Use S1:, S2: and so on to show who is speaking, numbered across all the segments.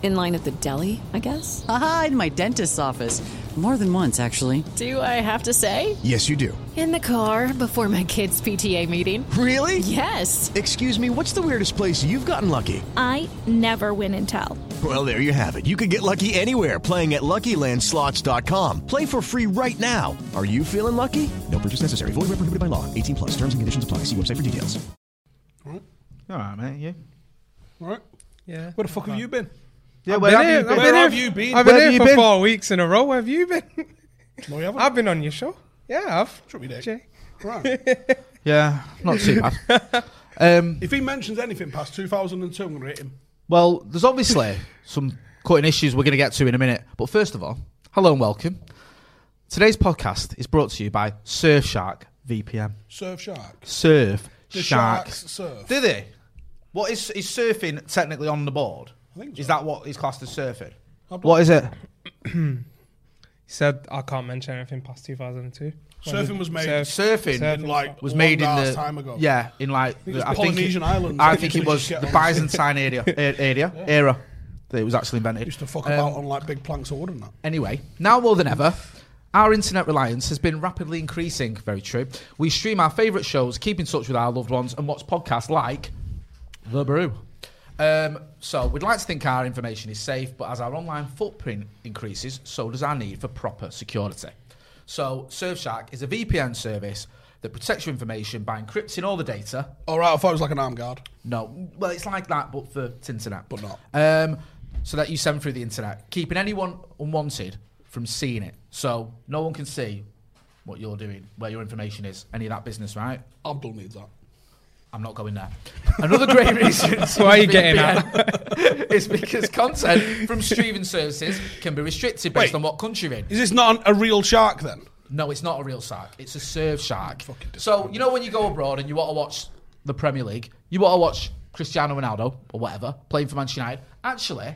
S1: In line at the deli, I guess?
S2: Aha, in my dentist's office. More than once, actually.
S3: Do I have to say?
S4: Yes, you do.
S5: In the car before my kids' PTA meeting.
S4: Really?
S5: Yes.
S4: Excuse me, what's the weirdest place you've gotten lucky?
S6: I never win and tell.
S4: Well, there you have it. You can get lucky anywhere playing at LuckyLandSlots.com. Play for free right now. Are you feeling lucky? No purchase necessary. Void where prohibited by law. 18 plus. Terms and conditions apply. See website for details.
S7: All right, man. Yeah.
S8: Right.
S7: Yeah.
S8: Where the fuck have you been?
S7: Yeah,
S8: I've
S7: where
S8: been
S7: have you
S8: here.
S7: been?
S8: I've
S7: Where
S8: here
S7: have
S8: f-
S7: you been?
S8: I've
S7: Where
S8: been
S7: have
S8: here
S7: you
S8: for
S7: been?
S8: four weeks in a row. Where have you been? No, you haven't.
S7: I've been on your show. Yeah, I've.
S8: Should be there.
S7: Jay.
S8: Right.
S7: Yeah, not too bad. um,
S8: If he mentions anything past 2002, I'm going to hit him.
S7: well, there's obviously some cutting issues we're going to get to in a minute. But first of all, hello and welcome. Today's podcast is brought to you by Surfshark VPN.
S8: Surf shark.
S7: Surf
S8: The
S7: Shark.
S8: sharks surf.
S7: Do they? What is is surfing technically on the board?
S8: I think so.
S7: Is that what is classed as surfing?
S8: I've
S7: What is it?
S9: said I can't mention anything past 2002.
S8: Surfing was made
S7: Surfing
S8: in like
S7: was
S8: long
S7: made in
S8: ass
S7: the
S8: time ago.
S7: yeah in like
S8: think
S7: the-
S8: it was Polynesian
S7: it,
S8: islands.
S7: I
S8: They
S7: think
S8: just
S7: it was
S8: get
S7: the
S8: on.
S7: Byzantine area a- area era that it was actually invented.
S8: Used to fuck
S7: Um,
S8: about on like big planks of wood and that.
S7: Anyway, now more than ever, our internet reliance has been rapidly increasing. Very true. We stream our favourite shows, keep in touch with our loved ones, and watch podcasts like The Brew. Um, so we'd like to think our information is safe, but as our online footprint increases, so does our need for proper security. So Surfshark is a VPN service that protects your information by encrypting all the data
S8: All right, I thought it was like an arm guard.
S7: no, well, it's like that, but for internet,
S8: But not.
S7: Um, so that you send through the internet, keeping anyone unwanted from seeing it. So no one can see what you're doing, where your information is, any of that business, right?
S8: Abdul needs that.
S7: I'm not going there. Another great reason. to
S9: Why are you
S7: use
S9: getting
S7: VPN is because content from streaming services can be restricted based
S8: Wait.
S7: on what country you're in.
S8: Is this not an, a real shark then?
S7: No, it's not a real shark. It's a surf shark.
S8: Fucking
S7: So you know when you go abroad and you want to watch the Premier League, you want to watch Cristiano Ronaldo or whatever playing for Manchester United. Actually,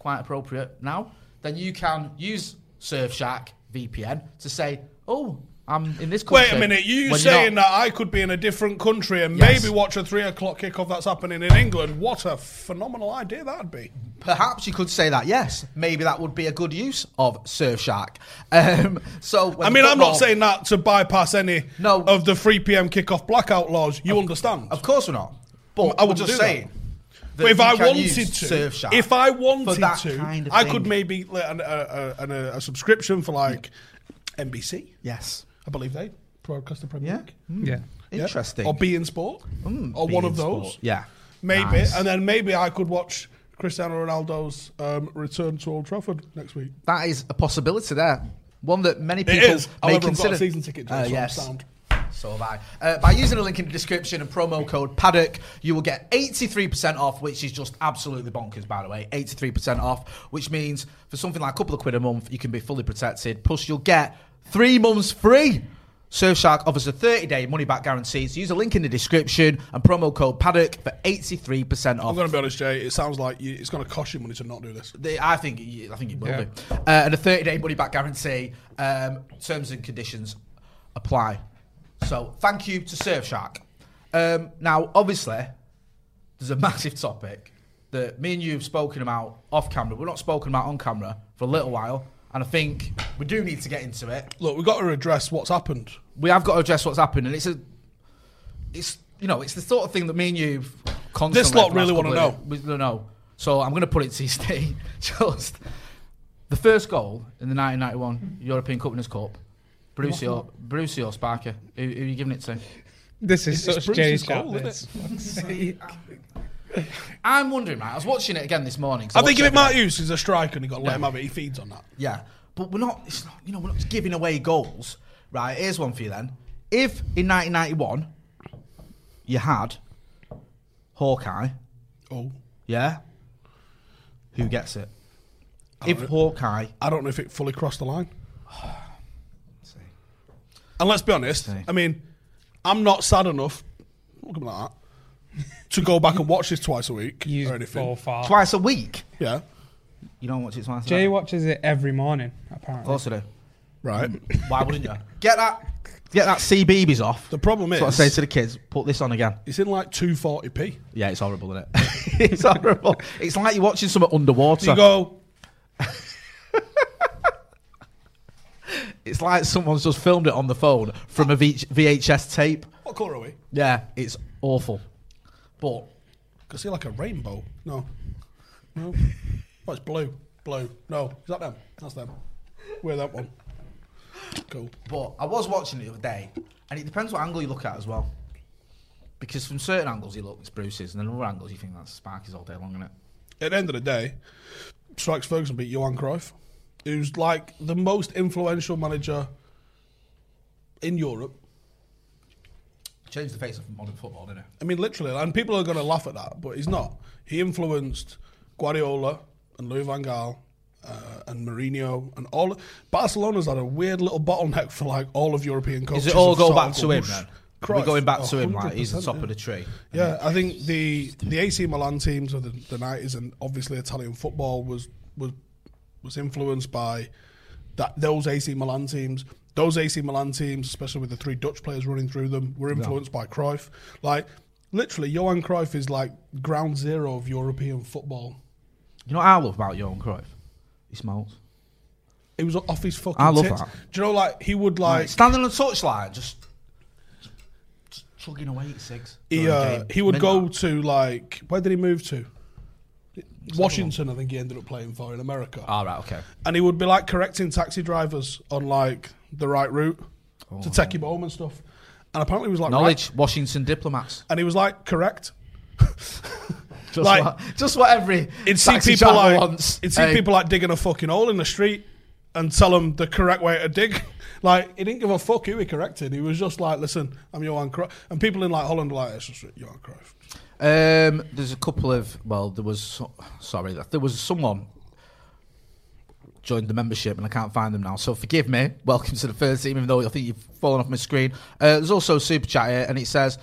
S7: quite appropriate now. Then you can use Surfshark VPN to say, "Oh, I'm in this country."
S8: Wait a minute, you
S7: when you're
S8: saying
S7: not.
S8: that I could be in a different country and
S7: Yes.
S8: maybe watch a three o'clock kickoff that's happening in England? What a phenomenal idea that'd be.
S7: Perhaps you could say that. Yes, maybe that would be a good use of Surfshark. Um, so when
S8: I
S7: the
S8: mean, I'm
S7: football-
S8: not saying that to bypass any
S7: No.
S8: of the 3 p.m. kickoff blackout laws. You understand?
S7: Of course we're not. But
S8: I
S7: I was
S8: wouldn't do
S7: just
S8: that.
S7: saying. that
S8: But if
S7: you
S8: I
S7: can
S8: wanted to,
S7: use Surfshark
S8: if I
S7: for
S8: wanted
S7: that
S8: to,
S7: kind of
S8: I could
S7: thing.
S8: maybe like, an, a, a, an- a, a subscription for like NBC.
S7: Yes.
S8: I believe they broadcast the Premier
S7: Yeah. Hmm.
S8: League.
S9: Yeah.
S8: Yeah.
S7: Interesting. Hmm.
S8: Or be in sport. or one of those.
S7: Yeah.
S8: Maybe. And then maybe I could watch Cristiano Ronaldo's um, return to Old Trafford next week.
S7: That is a possibility there. One that many
S8: It
S7: people
S8: is.
S7: may
S8: However, I've
S7: consider.
S8: got a season ticket, James,
S7: Uh,
S8: so I'm
S7: yes.
S8: sound.
S7: So have I. Uh, by using a link in the description and promo code Paddock, you will get 83% off, which is just absolutely bonkers, by the way. 83% off, which means for something like a couple of quid a month, you can be fully protected. Plus, you'll get three months free. Surfshark offers a 30 day money back guarantee. So use a link in the description and promo code Paddock for 83%
S8: I'm
S7: off.
S8: going to be honest, Jay. It sounds like you, it's going to cost you money to not do this.
S7: They, I think y- I think it will
S9: Yeah.
S7: do. Uh, and a 30 day money back guarantee. Um, terms and conditions apply. So thank you to Surfshark. Um, now, obviously, there's a massive topic that me and you have spoken about off camera. We're not spoken about on camera for a little while. And I think we do need to get into it.
S8: Look, we've got to address what's happened.
S7: We have got to address what's happened. And it's a. It's you know, it's the sort of thing that me and you constantly.
S8: This lot
S7: for the last
S8: really wanna
S7: couple of- We don't know. So I'm going to put it to you, Steve. Just the first goal in the 1991 European Cup Winners' Cup. Brucey or, Brucey or Sparker? Who, who are you giving it to?
S9: This is
S8: It's
S9: such
S8: Bruce's
S9: Jay's goal,
S8: goal, isn't
S9: this.
S7: I'm wondering, right? I was watching it again this morning. 'cause
S8: I
S7: watch
S8: think
S7: it
S8: if it
S7: every
S8: Matt
S7: day.
S8: Hughes is a striker and you got to let
S7: Yeah.
S8: him have it, he feeds on that.
S7: Yeah, but we're not. It's not. You know, we're not giving away goals, right? Here's one for you then. If in 1991 you had Hawkeye,
S8: Oh,
S7: yeah, who gets it? If Hawkeye,
S8: I don't know if it fully crossed the line. And let's be honest. I mean, I'm not sad enough. Look at me like that. To go back and watch this twice a week
S9: You
S8: or anything.
S9: fall far.
S7: twice a week,
S8: Yeah.
S7: you don't watch it twice. a
S9: Jay
S7: day.
S9: watches it every morning,
S7: of
S8: Oh,
S9: apparently.
S7: course I do.
S8: Right.
S7: Why wouldn't you? Get that, get that CBeebies off.
S8: The problem
S7: That's what I
S8: is-
S7: say to the kids. Put this on again.
S8: It's in like 240p.
S7: Yeah, it's horrible, isn't it? it's horrible. It's like you're watching something underwater.
S8: You go,
S7: It's like someone's just filmed it on the phone from a v- VHS tape.
S8: what colour are we? I
S7: Yeah, it's awful. But
S8: can see like a rainbow. No. No. Oh, it's blue. Blue. No. Is that them? That's them. We're that one. Cool.
S7: but I was watching it the other day, and it depends what angle you look at as well. Because from certain angles you look, it's Bruce's, and then other angles you think that's Sparky's all day long, isn't it?
S8: at the end of the day, Strikes Ferguson beat Johan Cruyff, who's like the most influential manager in Europe.
S7: Changed the face of modern football, didn't it?
S8: I mean, literally, and people are going to laugh at that, but he's not. He influenced Guardiola and Louis Van Gaal uh, and Mourinho and all. Barcelona's had a weird little bottleneck for like all of European coaches.
S7: Does it all
S8: of
S7: go
S8: sort
S7: back
S8: of
S7: to him
S8: whoosh,
S7: then?
S8: Cruyff,
S7: We're going back to him, like he's the
S8: 100%,
S7: top
S8: yeah.
S7: of the tree.
S8: Yeah, I think the the AC Milan teams of the, the 90s and obviously Italian football was was was influenced by that those AC Milan teams. Those AC Milan teams, especially with the three Dutch players running through them, were influenced by Cruyff. Like literally, Johan Cruyff is like ground zero of European football.
S7: You know what I love about Johan Cruyff? He smiles.
S8: He was off his fucking.
S7: I love
S8: tits.
S7: that.
S8: Do you know, like he would like
S7: Standing on the touchline, just, just chugging away at six.
S8: he
S7: during the
S8: uh,
S7: game.
S8: he would go
S7: Midnight.
S8: to like where did he move to? Washington, I think he ended up playing for in America.
S7: All Ah, right, okay.
S8: and he would be like correcting taxi drivers on like the right route to take him home and stuff. And apparently he was like
S7: Oh, Knowledge,
S8: right-
S7: Washington diplomats.
S8: and he was like correct.
S7: Just
S8: Like-
S7: what, just what every
S8: It'd see
S7: taxi
S8: people
S7: driver
S8: like
S7: wants.
S8: it'd see
S7: Hey,
S8: people like digging a fucking hole in the street and tell them the correct way to dig. Like he didn't give a fuck who he corrected. He was just like, listen, I'm Johan Cruyff. And people in like Holland were like, it's just Johan Cruyff.
S7: Um, there's a couple of well, there was so- sorry, there was someone joined the membership and I can't find them now. So forgive me. Welcome to the first team, even though I think you've fallen off my screen. Uh, there's also a super chat here, and it says.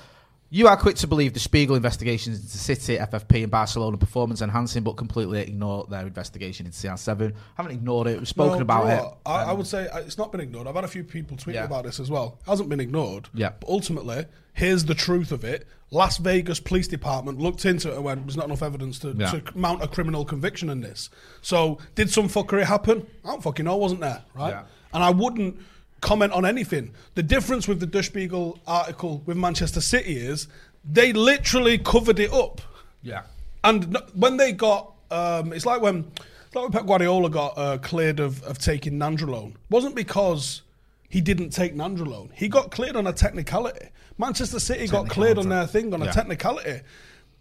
S7: You are quick to believe the Spiegel investigations into City, FFP, and Barcelona performance enhancing, but completely ignore their investigation into CR7. haven't ignored it. We've spoken
S8: No,
S7: about
S8: do you
S7: it.
S8: know what? I, I would say uh, it's not been ignored. I've had a few people tweet me
S7: Yeah.
S8: about this as well. hasn't been ignored.
S7: Yeah.
S8: But ultimately, here's the truth of it. Las Vegas Police Department looked into it and went, there's not enough evidence to,
S7: Yeah.
S8: to mount a criminal conviction in this. So, did some fuckery happen? I don't fucking know. Wasn't there? Right.
S7: Yeah.
S8: And I wouldn't comment on anything. The difference with the Der Spiegel article with Manchester City is they literally covered it up.
S7: Yeah.
S8: And n- when they got, um, it's like when, it's like when Pep Guardiola got uh, cleared of, of taking Nandrolone. wasn't because he didn't take Nandrolone. He got cleared on a technicality. Manchester City got cleared on their thing on a
S7: Yeah.
S8: technicality.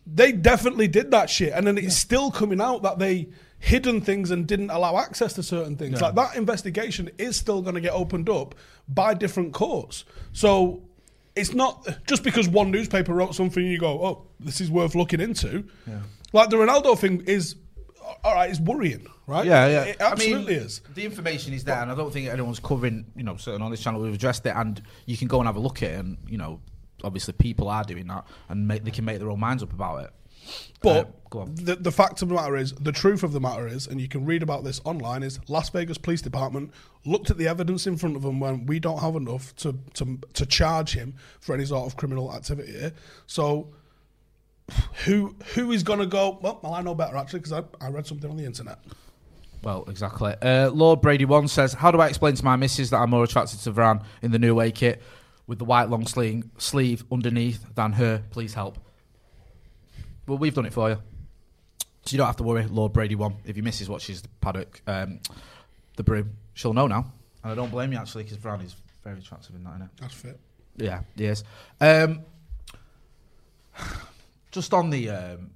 S8: They definitely did that shit, and then it's still coming out that they hidden things and didn't allow access to certain things. Like that investigation is still going to get opened up by different courts. So it's not just because one newspaper wrote something and you go, oh, this is worth looking into. Like the Ronaldo thing is, all right, it's worrying, right?
S7: Yeah, yeah.
S8: It
S7: I mean,
S8: absolutely is.
S7: The information is there, and I don't think anyone's covering, you know, certain on this channel. We've addressed it, and you can go and have a look at it, and, you know, obviously people are doing that, and make, they can make their own minds up about it.
S8: But
S7: Uh, go on.
S8: The, the fact of the matter is, the truth of the matter is, and you can read about this online, is Las Vegas Police Department looked at the evidence in front of them when we don't have enough to, to, to charge him for any sort of criminal activity. here. So who who is going to go, well, well, I know better actually because I, I read something on the internet.
S7: Well, exactly. Uh, Lord Brady one says, "How do I explain to my missus that I'm more attracted to Varan in the new way kit?" with the white long sleeve, sleeve underneath than her. Please help. Well, we've done it for you. So you don't have to worry. Lord Brady won. If your missus watches the paddock, um, the broom, she'll know now. And I don't blame you, actually, because Brown is very attractive in that, innit?
S8: That's fit.
S7: Yeah, he is. Um, just on the. Um,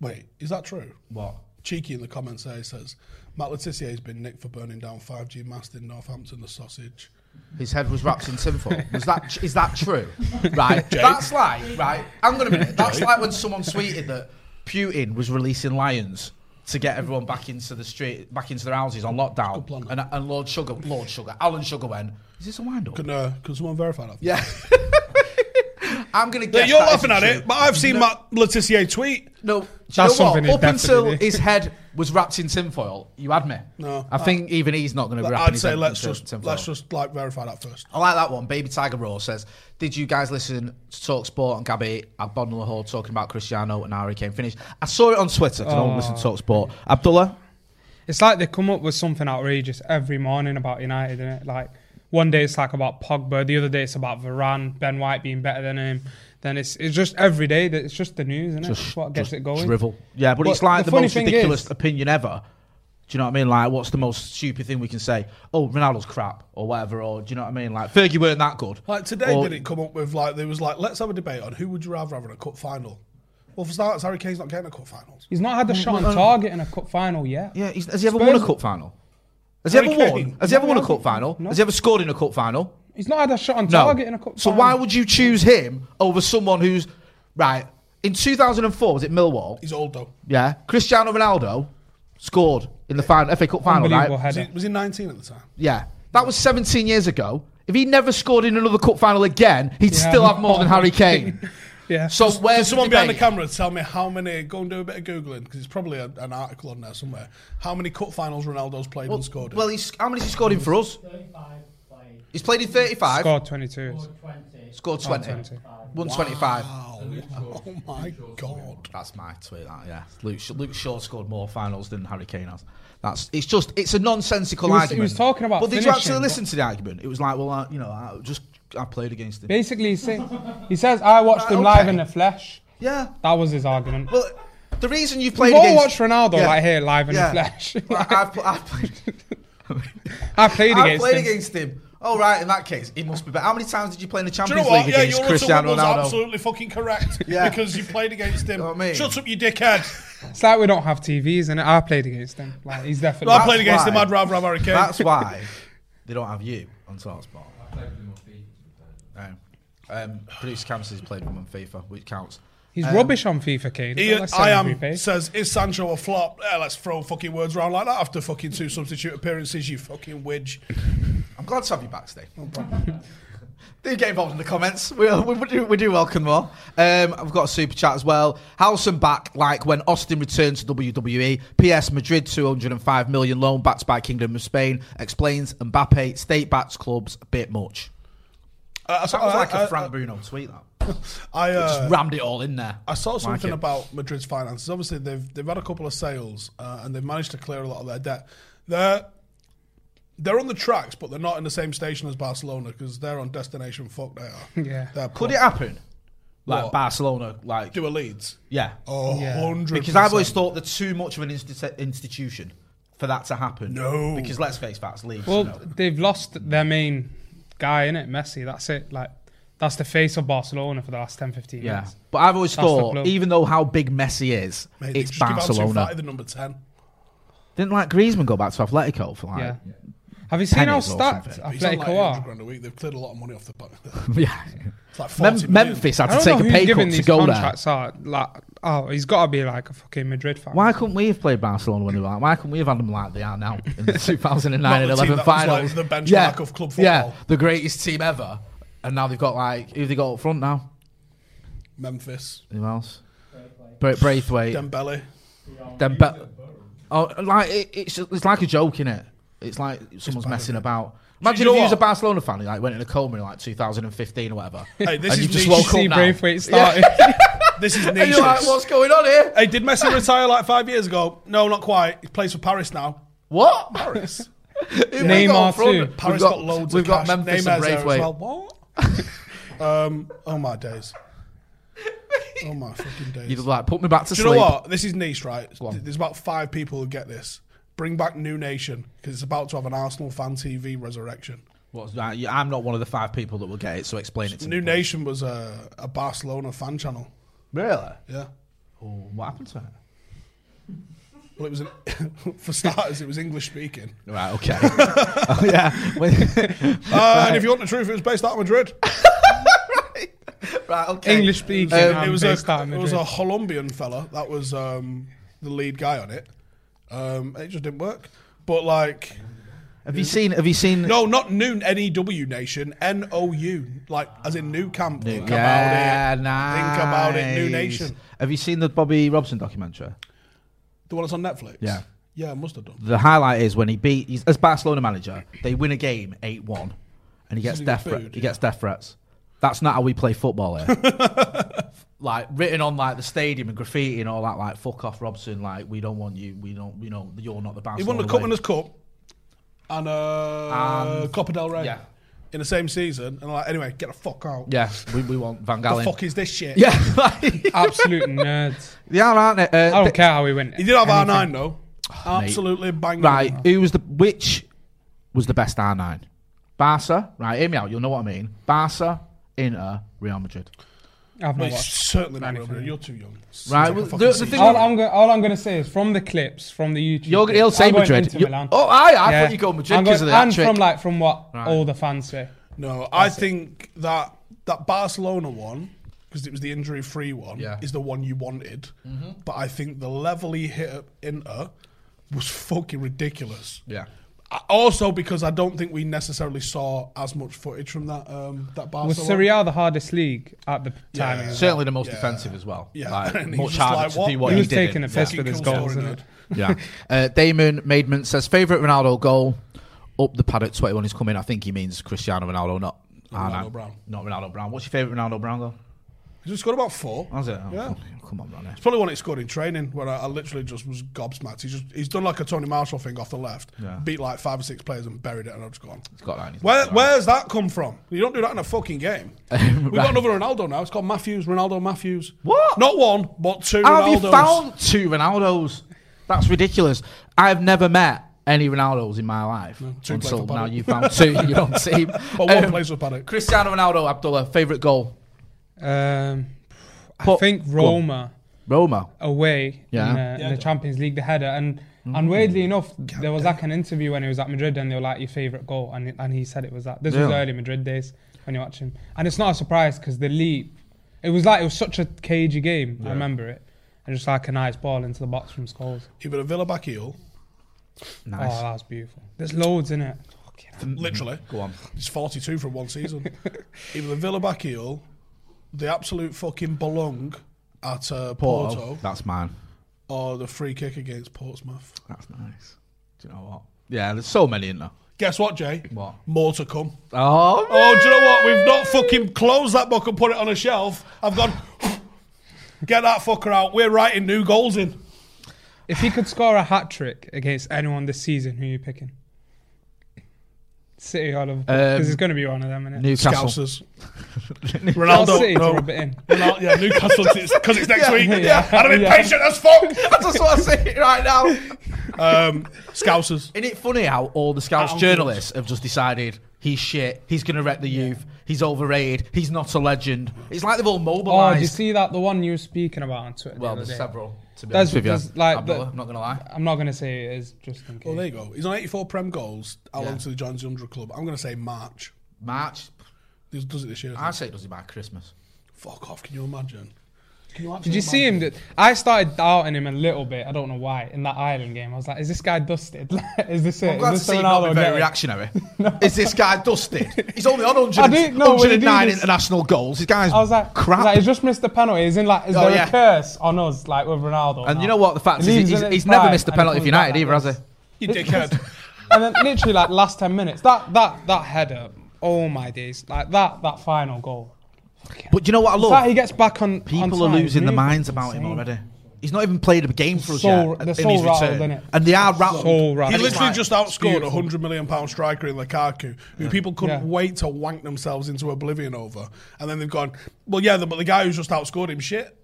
S8: Wait, is that true?
S7: what?
S8: Cheeky in the comments there he says, Matt Letitia has been nicked for burning down 5G mast in Northampton, the sausage.
S7: His head was wrapped in tinfoil. Was that is that true? Right. That's like right. I'm gonna minute. That's like when someone tweeted that Putin was releasing lions to get everyone back into the street, back into their houses on lockdown. And, and Lord Sugar, Lord Sugar, Alan Sugar went. Is this a wind up?
S8: Can, uh, can someone verify that?
S7: Yeah. I'm gonna
S8: Yeah,
S7: guess.
S8: you're
S7: that
S8: laughing at
S7: isn't
S8: it,
S7: true.
S8: but I've seen Matt Letitia tweet.
S7: No, do you
S9: That's
S7: know what?
S9: something he
S7: Up until
S9: definitely did.
S7: his head was wrapped in tinfoil, you had me.
S8: No.
S7: I think even he's not going to wrap
S8: I'd
S7: his
S8: say
S7: head
S8: let's
S7: in tin-
S8: just
S7: tinfoil.
S8: let's just like verify that first.
S7: I like that one. Baby Tiger Raw says, "Did you guys listen to Talk Sport and Gabby Agbon Lahore talking about Cristiano and Harry Kane finish?" I saw it on Twitter. 'cause I don't listen to Talk Sport. Abdullah,
S9: It's like they come up with something outrageous every morning about United, innit? Like one day it's like about Pogba, the other day it's about Varane, Ben White being better than him. Then it's it's just every day that it's just the news, innit? It's what gets
S7: just
S9: it going.
S7: drivel. Yeah, but,
S9: But
S7: it's like
S9: the
S7: the,
S9: funny
S7: most
S9: thing
S7: ridiculous
S9: is-
S7: opinion ever. Do you know what I mean? Like, what's the most stupid thing we can say? Oh, Ronaldo's crap, or whatever. Or do you know what I mean? Like, Fergie weren't that good.
S8: Like today,
S7: Or-
S8: did it come up with like there was like let's have a debate on who would you rather have in a cup final? Well, for starters, Harry Kane's not getting a cup finals.
S9: He's not had the
S7: Mm,
S9: shot on target in a cup final yet.
S7: Yeah, he's, has he ever
S9: Spurs-
S7: won a cup final? Has he ever
S8: Harry
S7: won?
S8: Kane.
S7: Has he ever
S9: No,
S7: won a
S9: no.
S7: cup final?
S9: No.
S7: Has he ever scored in a cup final?
S9: He's not had a shot on
S7: No.
S9: target in a cup
S7: so
S9: final.
S7: why would you choose him over someone who's right? In 2004, was it Millwall?
S8: He's old though.
S7: Yeah, Cristiano Ronaldo scored in the final, FA Cup final, right?
S9: Unbelievable
S8: Was he,
S9: header.
S8: was he 19 at the time?
S7: Yeah, that was 17 years ago. If he never scored in another cup final again, he'd still have more than Harry Kane.
S9: Yeah.
S7: So where's
S8: Someone behind the
S7: debate?
S8: camera tell me how many. Go and do a bit of googling because there's probably a, an article on there somewhere. How many cup finals Ronaldo's played and scored? in?
S7: Well, he's, how many has he scored in for us?
S3: 35 played,
S7: He's played in 35,
S9: Scored 22.
S3: scored 20.
S7: scored 20,
S9: 20.
S7: won 25.
S8: oh my god!
S7: That's my tweet. That yeah, Luke, Sh- Luke Shaw scored more finals than Harry Kane has. That's it's just it's a nonsensical
S9: He was- he
S7: argument.
S9: was talking about
S7: But did you actually
S9: finishing,
S7: listen to the argument? It was like, well, I, you know, I just I played against him.
S9: Basically, he's saying, he says, I watched him
S7: Right,
S9: live
S7: okay.
S9: in the flesh.
S7: Yeah.
S9: That was his argument.
S7: Well, the reason you
S9: We've
S7: played
S9: all watched
S7: against
S9: Ronaldo
S7: Yeah.
S9: like here live in
S7: Yeah.
S9: the flesh.
S7: Well, I- I've, pl- I've played,
S9: I played
S7: I've
S9: against
S7: played
S9: him.
S7: against him. Oh right, in that case, he must be better. How many times did you play in the
S8: Do
S7: Champions
S8: you know
S7: League
S8: what? Yeah,
S7: against
S8: your
S7: Cristiano
S8: Cristiano was
S7: Ronaldo?
S8: absolutely fucking correct
S7: Yeah.
S8: because you played against him.
S7: Know what I mean?
S8: Shut up, you dickhead!
S9: It's like we don't have TVs, and I played against him. Like he's definitely.
S8: I played against
S7: why-
S8: him. I'd rather have Harry Kane.
S7: That's why they don't have you on Talksport. No. Um, producer Cam says he's played with him on FIFA, which counts.
S9: he's
S7: Um,
S9: rubbish on FIFA, Kane.
S8: Ian,
S9: Let's
S8: I
S9: say
S8: am
S9: we pay.
S8: says, is Sancho a flop? Yeah, let's throw fucking words around like that after fucking two substitute appearances, you fucking widge.
S7: I'm glad to have you back today.
S8: Oh,
S7: do get involved in the comments. We, uh, we, we do, we do welcome more. Um, I've got a super chat as well. House and back, like when Austin returned to WWE. PS Madrid, 205 million loan backed by Kingdom of Spain. Explains Mbappe, state backs clubs, a bit much.
S8: Uh,
S7: That was like
S8: I,
S7: a Frank Bruno tweet, that.
S8: I, uh,
S7: Just rammed it all in there.
S8: I saw something
S7: it.
S8: about Madrid's finances. Obviously, they've they've had a couple of sales uh, and they've managed to clear a lot of their debt. They're they're on the tracks, but they're not in the same station as Barcelona because they're on destination. Fuck, they are.
S9: Yeah.
S8: They're
S7: Could
S8: Could
S7: it happen? Like
S8: What?
S7: Barcelona, like.
S8: do a Leeds?
S7: yeah.
S8: Oh,
S9: Yeah.
S8: 100
S7: Because I've always thought they're too much of an insti- institution for that to happen.
S8: No.
S7: Because let's face facts, leagues.
S9: Well,
S7: you know.
S9: they've lost their main guy in it, Messi. That's it. Like that's the face of Barcelona for the last 10, 15
S7: Yeah,
S9: years.
S7: but I've always
S9: That's the
S7: thought,
S9: club.
S7: even though how big Messi is,
S8: Mate, they
S7: it's
S8: just give Ansu Fati
S7: Barcelona.
S8: the number ten.
S7: Didn't like Griezmann go back to Atletico for like,
S9: Yeah.
S7: yeah,
S9: Have you seen
S7: Penny
S9: how
S7: is also
S9: stacked
S7: fit.
S8: He's on like
S9: Atletico
S8: 800
S9: are?
S8: grand a week. They've cleared a lot of money off the back. It's like 40
S7: Mem-
S8: million.
S7: Memphis had
S9: I
S7: to
S9: don't
S7: take
S9: know
S7: a
S9: who's
S7: pay
S9: giving
S7: cut to
S9: these
S7: go there.
S9: contracts out. Like, oh, he's got to be like a fucking Madrid fan.
S7: Why couldn't we have played Barcelona when they were like? Why couldn't we have had them like they are now in the 2009 and
S8: Not the team
S7: 11
S8: that was, like,
S7: finals?
S8: the benchmark of club
S7: yeah,
S8: football.
S7: the greatest team ever, and now they've got like who have they got up front now?
S8: Memphis,
S7: Who else? Bra- Braithwaite,
S8: Dembele.
S7: Dembe- Oh, like it, it's it's like a joke, innit? It's like someone's messing about. Imagine
S8: know
S7: if you was a
S8: what?
S7: Barcelona fan, who, like went in a coma in like 2015 or whatever,
S8: Hey, this
S7: and
S8: is
S7: you just
S8: niche.
S7: woke
S9: See
S7: up now.
S9: Braithwaite started.
S8: This is
S7: And
S8: niche.
S7: you're like, what's going on here?
S8: Hey, did Messi retire like five years ago? No, not quite. He plays for Paris now.
S7: What?
S8: Paris.
S7: Who we got
S9: Neymar
S7: up front?
S9: too.
S7: We've
S8: Paris got, loads
S7: We've
S8: of
S7: got
S8: cash.
S7: Memphis
S8: Neymar's
S7: and
S8: there as
S7: Braithwaite.
S8: well. What? Um, oh my days. Oh my fucking days.
S7: You'd like put me back to
S8: Do you
S7: sleep.
S8: know what? This is niche, right?
S7: on.
S8: Th- There's about five people who get this. Bring back New Nation because it's about to have an Arsenal fan TV resurrection.
S7: What's that? You- I'm not one of the five people that will get it, so explain it to
S8: New
S7: me.
S8: Nation was a, a Barcelona fan channel.
S7: Really?
S8: Yeah.
S7: Oh, what happened to it?
S8: Well, it was an, for starters, it was English speaking.
S7: Right. Okay. oh yeah. When-
S8: Uh, and if you want the truth, it was based out of Madrid.
S7: right. Okay.
S9: English speaking.
S8: Um,
S9: and
S8: it was a
S9: based out of
S8: it was a
S9: Madrid.
S8: Colombian fella that was um, the lead guy on it. Um, it just didn't work. But like,
S7: Have you seen? Have you seen?
S8: no, not new N E W Nation N O U like as in New Camp. Think
S7: yeah,
S8: about it.
S7: Nice.
S8: Think about it. New Nation.
S7: Have you seen the Bobby Robson documentary?
S8: The one that's on Netflix.
S7: Yeah.
S8: Yeah, I must have done.
S7: The highlight is when he beat he's, as Barcelona manager. They win a game eight one, and he gets
S8: Does he
S7: death
S8: get
S7: threat,
S8: booed?
S7: he gets death threats. That's not how we play football here. like written on like the stadium and graffiti and all that. Like fuck off, Robson. Like we don't want you. We don't. You know you're not the Barcelona.
S8: He won the Cup
S7: way."
S8: Winners' Cup and uh,
S7: And-
S8: Copa del Rey.
S7: yeah.
S8: In the same season, and like anyway, get the fuck out.
S7: Yeah, we, we want Van
S8: The
S7: Gaal. in.
S8: fuck is this shit?
S7: yeah, like,
S9: Absolute nerds.
S7: they are, aren't they? Uh,
S9: I
S7: th-
S9: don't care how he went.
S8: He did have R nine though. Absolutely banging.
S7: Right, who was the which was the best R nine? Barca, right? Hear me out. You'll know what I mean. Barca, Inter, Real Madrid.
S9: I've
S8: Well,
S9: not
S8: it's
S9: watched.
S8: certainly not Real Madrid. You're too young. It's
S7: Right,
S8: like a
S7: well,
S8: fucking
S7: the- the
S8: season.
S7: thing-
S9: All I'm, go- all I'm going to say is from the clips, from the YouTube.
S7: You're,
S9: clips,
S7: he'll say
S9: I'm going
S7: Madrid.
S9: Inter
S7: You-
S9: Milan.
S7: oh, I, I
S9: Yeah.
S7: thought you go Madrid
S9: I'm
S7: because of
S9: going-
S7: that
S9: And
S7: trick.
S9: from like from what
S7: Right.
S9: all the fans say.
S8: No, I think that that Barcelona one because it was the injury-free one
S7: Yeah. Mm-hmm.
S8: is the one you wanted. But I think the level he hit at Inter was fucking ridiculous.
S7: yeah,
S8: I- Also, because I don't think we necessarily saw as much footage from that um, that Barcelona.
S9: Was Serie A the hardest league at the time?
S8: Yeah.
S7: certainly the most defensive as well.
S8: Yeah.
S7: like,
S8: And he was
S7: much
S8: just
S7: harder
S8: like,
S7: to
S8: what?
S7: do what
S8: He
S7: he
S9: was
S7: did in.
S9: taking a fist
S7: yeah.
S8: Fucking
S9: with his
S8: kill
S9: goals,
S8: scoring,
S9: isn't it?
S7: yeah. Uh, Damon Maidman says favorite Ronaldo goal up the pad at 21 is coming. I think he means Cristiano Ronaldo, not R9.
S8: Brown.
S7: Not Ronaldo Brown. What's your favorite Ronaldo Brown goal?
S8: He just scored about four.
S7: Was it? Oh,
S8: Yeah.
S7: Come on, Ronnie.
S8: It's probably one he scored in training where I, I literally just was gobsmacked. He's just he's done like a Tony Marshall thing off the left,
S7: Yeah.
S8: beat like five or six players and buried it, and I've just gone.
S7: He's got that in his
S8: Where,
S7: back.
S8: where's that come from? You don't do that in a fucking game. We've got another Ronaldo now. It's called Matthews, Ronaldo Matthews.
S7: What?
S8: Not one, but two
S7: How have
S8: Ronaldos.
S7: you found two Ronaldos? That's ridiculous. I've never met any Ronaldos in my life
S8: two
S7: until
S8: played for
S7: now.
S8: Paddock.
S7: You found two in your own team.
S8: But one plays for Paddock.
S7: Cristiano Ronaldo, Abdullah, favorite goal.
S9: Um, I
S7: But-
S9: think
S7: go on.
S9: Roma
S7: Roma.
S9: away
S7: Yeah.
S9: in, uh, the, in the Champions League, the header, and and weirdly enough, there was like an interview when he was at Madrid, and they were like, "Your favorite goal," and and he said it was that. This was
S7: Really?
S9: early Madrid days when you watch him, and it's not a surprise because the leap, it was like it was such a cagey game. I remember it, and just like a nice ball into the box from Scholes.
S8: He was a Villa back heel,
S7: Nice.
S9: Oh, that was beautiful. There's loads in it.
S8: literally.
S7: Go on.
S8: He's 42 from one season. he was a Villa back heel, the absolute fucking belong at uh,
S7: Porto.
S8: Porto,
S7: That's mine.
S8: or the free kick against Portsmouth.
S7: That's nice. Do you know what? Yeah, there's so many in there.
S8: Guess what, Jay?
S7: What?
S8: More to come.
S7: Oh,
S8: Oh, do you know what? We've not fucking closed that book and put it on a shelf. I've gone, get that fucker out. We're writing new goals in.
S9: If he could score a hat trick against anyone this season, who are you picking? City or Liverpool? Because
S7: Um,
S9: it's going to be one of them, isn't it?
S7: Newcastle.
S8: Scousers.
S9: Tell
S8: Ronaldo.
S9: City to
S8: no.
S9: rub it in.
S8: Ronaldo- yeah, Newcastle. Because it's next week.
S9: yeah.
S8: And I'm
S9: Yeah.
S8: impatient as fuck.
S7: That's just what I'm saying right now.
S8: Um, Oh, Scousers.
S7: Isn't it funny how all the Scouts journalists have just decided he's shit, he's going to wreck the youth, he's overrated, he's not a legend. It's like they've all
S9: Oh,
S7: mobilised.
S9: did you see that? The one you were speaking about on Twitter.
S7: Well,
S9: the
S7: there's
S9: other day?
S7: several. To be
S9: There's-
S7: honest with you,
S9: there's, like,
S7: Abdullah,
S9: the-
S7: I'm not gonna lie.
S9: I'm not going to say it is just in case.
S8: Well, there you go. He's on 84 Prem goals. How long till he joins the 100 club? I'm going to say March.
S7: March.
S8: He does it this year.
S7: I say it doesn't matter. Christmas.
S8: Fuck off. Can you imagine?
S9: Did you see him? That I started doubting him a little bit. I don't know why. In that Ireland game, I was like, "Is this guy dusted? is this it?
S7: I'm glad to
S9: is this
S7: see
S9: Ronaldo
S7: you not been very
S9: again?"
S7: reactionary. Is this guy dusted? He's only on 100,
S9: I didn't know when he did
S7: 109
S9: this.
S7: international goals. This guy's
S9: I was like,
S7: crap.
S9: Like, he's just missed the penalty. Is in like, is
S7: Oh,
S9: there
S7: yeah.
S9: a curse on us like with Ronaldo?
S7: and
S9: now?
S7: you know what? The fact is,
S9: He
S7: he's,
S9: leaves
S7: he's,
S9: it at
S7: he's
S9: his
S7: never
S9: prime
S7: missed a
S9: and he
S7: penalty for
S9: comes back
S7: United either,
S9: like
S7: has he?
S9: this.
S8: You dickhead.
S9: and then literally like last 10 minutes that that that header oh my days like that that final goal
S7: But you know what I
S9: that he
S7: love?
S9: gets back on
S7: People are losing their minds about him already. He's not even played a game for us
S9: So-
S7: yet.
S9: they're
S7: in
S9: so
S7: his
S9: rattled,
S7: return.
S9: innit?
S7: And they are rattled.
S9: So rattled.
S8: He
S7: And it's
S8: literally
S7: like-
S8: just outscored a
S9: Oh, beautiful.
S8: hundred million pound striker in Lukaku, who people couldn't
S9: Yeah.
S8: wait to wank themselves into oblivion over, and then they've gone, well, yeah, but the guy who's just outscored him, shit.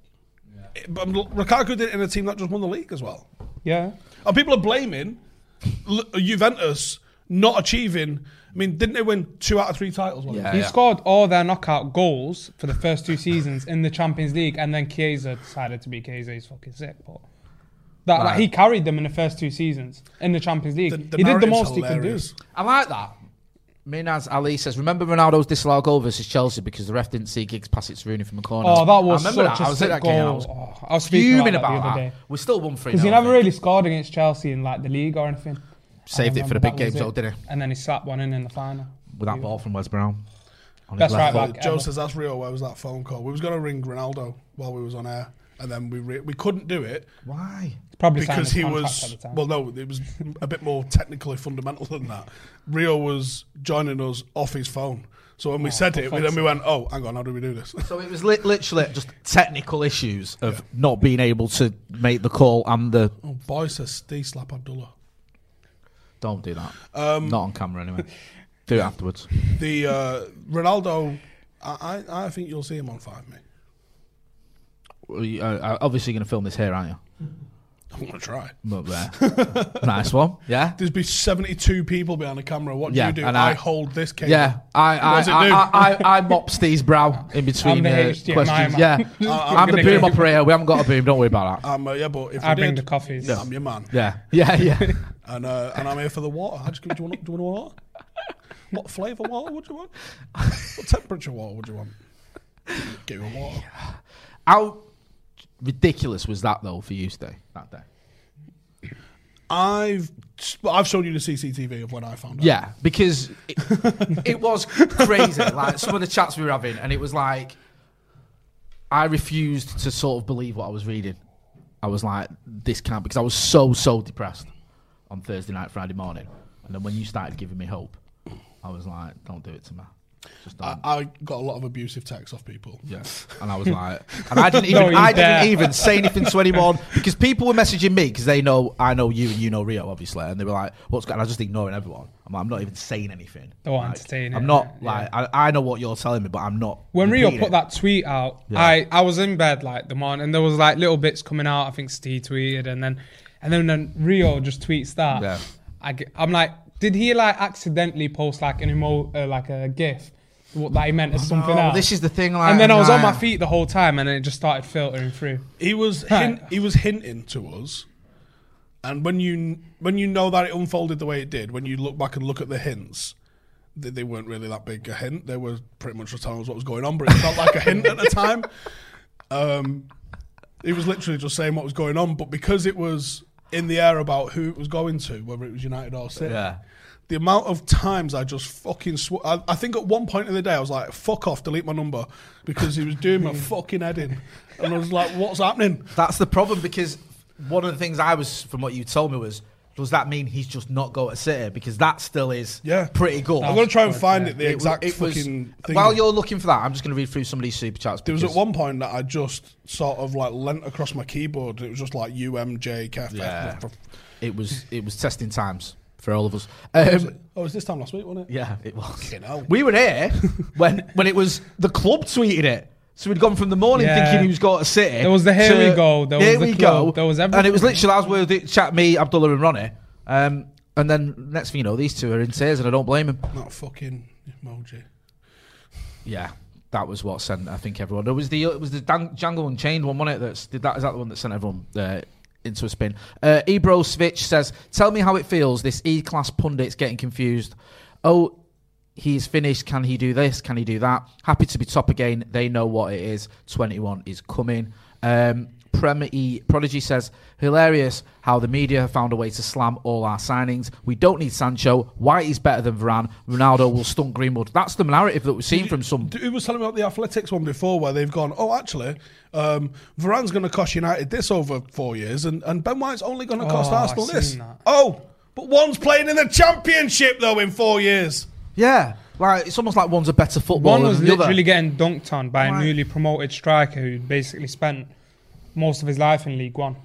S8: But Lukaku did it in a team that just won the league as well,
S9: Yeah.
S8: and people are blaming L- Juventus not achieving. I mean, didn't they win two out of three titles? wasn't
S7: Yeah,
S9: He
S7: yeah.
S9: scored all their knockout goals for the first two seasons in the Champions League, and then Chiesa decided to be Chiesa. He's fucking sick, but that like,
S7: Right.
S9: he carried them in the first two seasons in the Champions League.
S8: The- the
S9: he did the
S8: narrative's
S9: most
S8: hilarious.
S9: he could
S7: I like that. Minaz Ali says, "Remember Ronaldo's disallowed goal versus Chelsea because the ref didn't see Giggs pass it to Rooney from the corner."
S9: Oh, that was
S7: I remember
S9: such
S7: that.
S9: a
S7: I was at that
S9: sick
S7: game. I
S9: goal.
S7: was,
S9: Oh, I was speaking about that
S7: fuming
S9: the
S7: about
S9: other
S7: that.
S9: day.
S7: We still won three.
S9: do because he
S7: nil, I
S9: never
S7: think.
S9: really scored against Chelsea in like the league or anything.
S7: saved
S9: I
S7: it for
S9: remember
S7: the big
S9: that
S7: games,
S9: was
S7: though,
S9: it.
S7: didn't he?
S9: And then he slapped one in in the final.
S7: With that ball from Wes Brown. on his
S9: Best
S7: left
S9: right
S7: foot.
S8: it?
S9: back.
S8: Joe
S9: ever.
S8: says that's real. Where was that phone call? We was going to ring Ronaldo while we was on air, and then we re- we couldn't do it
S7: Why?
S9: Probably signed
S8: because
S9: his
S8: he
S9: contract
S8: was
S9: at the time.
S8: well no it was a bit more technically fundamental than that rio was joining us off his phone so when we
S9: Oh,
S8: said it we, then we went oh hang on how do we do this
S7: So it was li- literally just technical issues of not being able to make the call and the.
S8: oh boy says steve slap abdullah
S7: Don't do that.
S8: Um,
S7: not on camera anyway. Do it afterwards.
S8: the uh, ronaldo I, I I think you'll see him on five mate
S7: We are uh, obviously going to film this here, aren't you?
S8: i want to try
S7: But there. nice one. Yeah.
S8: there's be 72 people behind the camera what do
S7: Yeah,
S8: you do
S7: and
S8: I,
S7: I-
S8: hold this cable
S7: Yeah, I I,
S8: What does it
S7: I,
S8: do?
S7: I, I, I mop Steve's brow in between
S9: I'm the
S7: uh,
S9: HDMI
S7: questions.
S9: man.
S7: Yeah,
S9: I'm
S7: I'm the
S9: gonna
S7: boom
S9: go.
S7: operator. We haven't got a boom. Don't worry about that.
S8: um, uh, yeah but if
S9: I
S8: you
S9: bring
S8: did,
S9: the coffees.
S8: i'm your man
S7: Yeah, yeah, yeah.
S8: and uh, and I'm here for the water. I just give, do you want do you want water? What flavour water would you want? What temperature water would you want? Give me water.
S7: How ridiculous was that though for you, Steve? That day.
S8: I've I've shown you the CCTV of when I found out.
S7: Yeah, because it, it was crazy. Like some of the chats we were having, and it was like I refused to sort of believe what I was reading. I was like, this can't because I was so so depressed on Thursday night, Friday morning, and then when you started giving me hope, I was like, don't do it to me. Just don't.
S8: I, I got a lot of abusive texts off people.
S7: yeah, and I was like, and I didn't even,
S9: No, you
S7: I didn't
S9: dare.
S7: even say anything to anyone because people were messaging me because they know I know you and you know Rio obviously, and they were like, "What's going?" on? I was just ignoring everyone. I'm, like, I'm not even saying anything.
S9: They weren't
S7: Like,
S9: entertaining,
S7: I'm not
S9: yeah.
S7: like I, I know what you're telling me, but I'm not.
S9: When Rio
S7: repeating
S9: put
S7: it.
S9: that tweet out,
S7: Yeah.
S9: I, I was in bed like the morning, and there was like little bits coming out. I think Steve tweeted, and then and then, then Rio just tweets that.
S7: Yeah.
S9: I am like, did he like accidentally post like an emo uh, like a gif what, that he meant as something
S7: No,
S9: else?
S7: this is the thing, like,
S9: and then I was on
S7: like-
S9: my feet the whole time, and then it just started filtering through.
S8: He was
S9: Right.
S8: hint, he was hinting to us, and when you when you know that it unfolded the way it did, when you look back and look at the hints, they, they weren't really that big a hint. They were pretty much just telling us what was going on, but it felt like a hint at the time. Um, he was literally just saying what was going on, but because it was in the air about who it was going to, whether it was United or City.
S7: Yeah.
S8: The amount of times I just fucking sw- I, I think at one point in the day I was like, "Fuck off, delete my number," because he was doing my fucking head in, and I was like, "What's happening?"
S7: That's the problem because one of the things I was from what you told me was. Does that mean he's just not go at City? Because that still is
S8: Yeah.
S7: pretty good.
S8: I'm gonna try and find it the
S7: It was-
S8: exact
S7: it was-
S8: fucking thing.
S7: While you're looking for that, I'm just going to read through some of these super chats.
S8: There was at
S7: because-
S8: one point that I just sort of like leant across my keyboard. It was just like UMJ F.
S7: Yeah.
S8: F- F-
S7: It was it was testing times for all of us. Um,
S8: Oh, it was this time last week, wasn't it?
S7: yeah, it was.
S8: hell.
S7: We were here when when it was the club tweeted it. So we'd gone from the morning
S9: Yeah.
S7: thinking he was going to City.
S9: There was the here
S7: to
S9: we go, there was
S7: here
S9: the
S7: we
S9: club,
S7: go.
S9: there was
S7: and it was
S9: everything.
S7: literally as we were doing- chat me, Abdullah and Ronnie. Um, and then next thing you know, these two are in tears, and I don't blame them.
S8: That fucking emoji.
S7: Yeah, that was what sent I think everyone. It was the it was the Dan- Django Unchained one, wasn't it? That's did that is that the one that sent everyone uh, into a spin. Uh, Ebro Svitch says, "Tell me how it feels. This E-class pundit's getting confused. Oh." He's finished. Can he do this? Can he do that? Happy to be top again. They know what it is. 21 is coming. Um, Prem E Prodigy says, hilarious how the media have found a way to slam all our signings. We don't need Sancho. Whitey's better than Varane. Ronaldo will stunt Greenwood. That's the narrative that we've seen from some
S8: Who was telling me about the athletics one before where they've gone, oh, actually, um, Varane's going to cost United this over four years and, and Ben White's only going to cost
S9: Oh, I've
S8: Arsenal this.
S9: seen that.
S8: Oh, but one's playing in the championship, though, in four years.
S7: Yeah, like it's almost like one's a better footballer
S9: One was
S7: than the other.
S9: literally getting dunked on by
S7: Right.
S9: a newly promoted striker who basically spent most of his life in League One.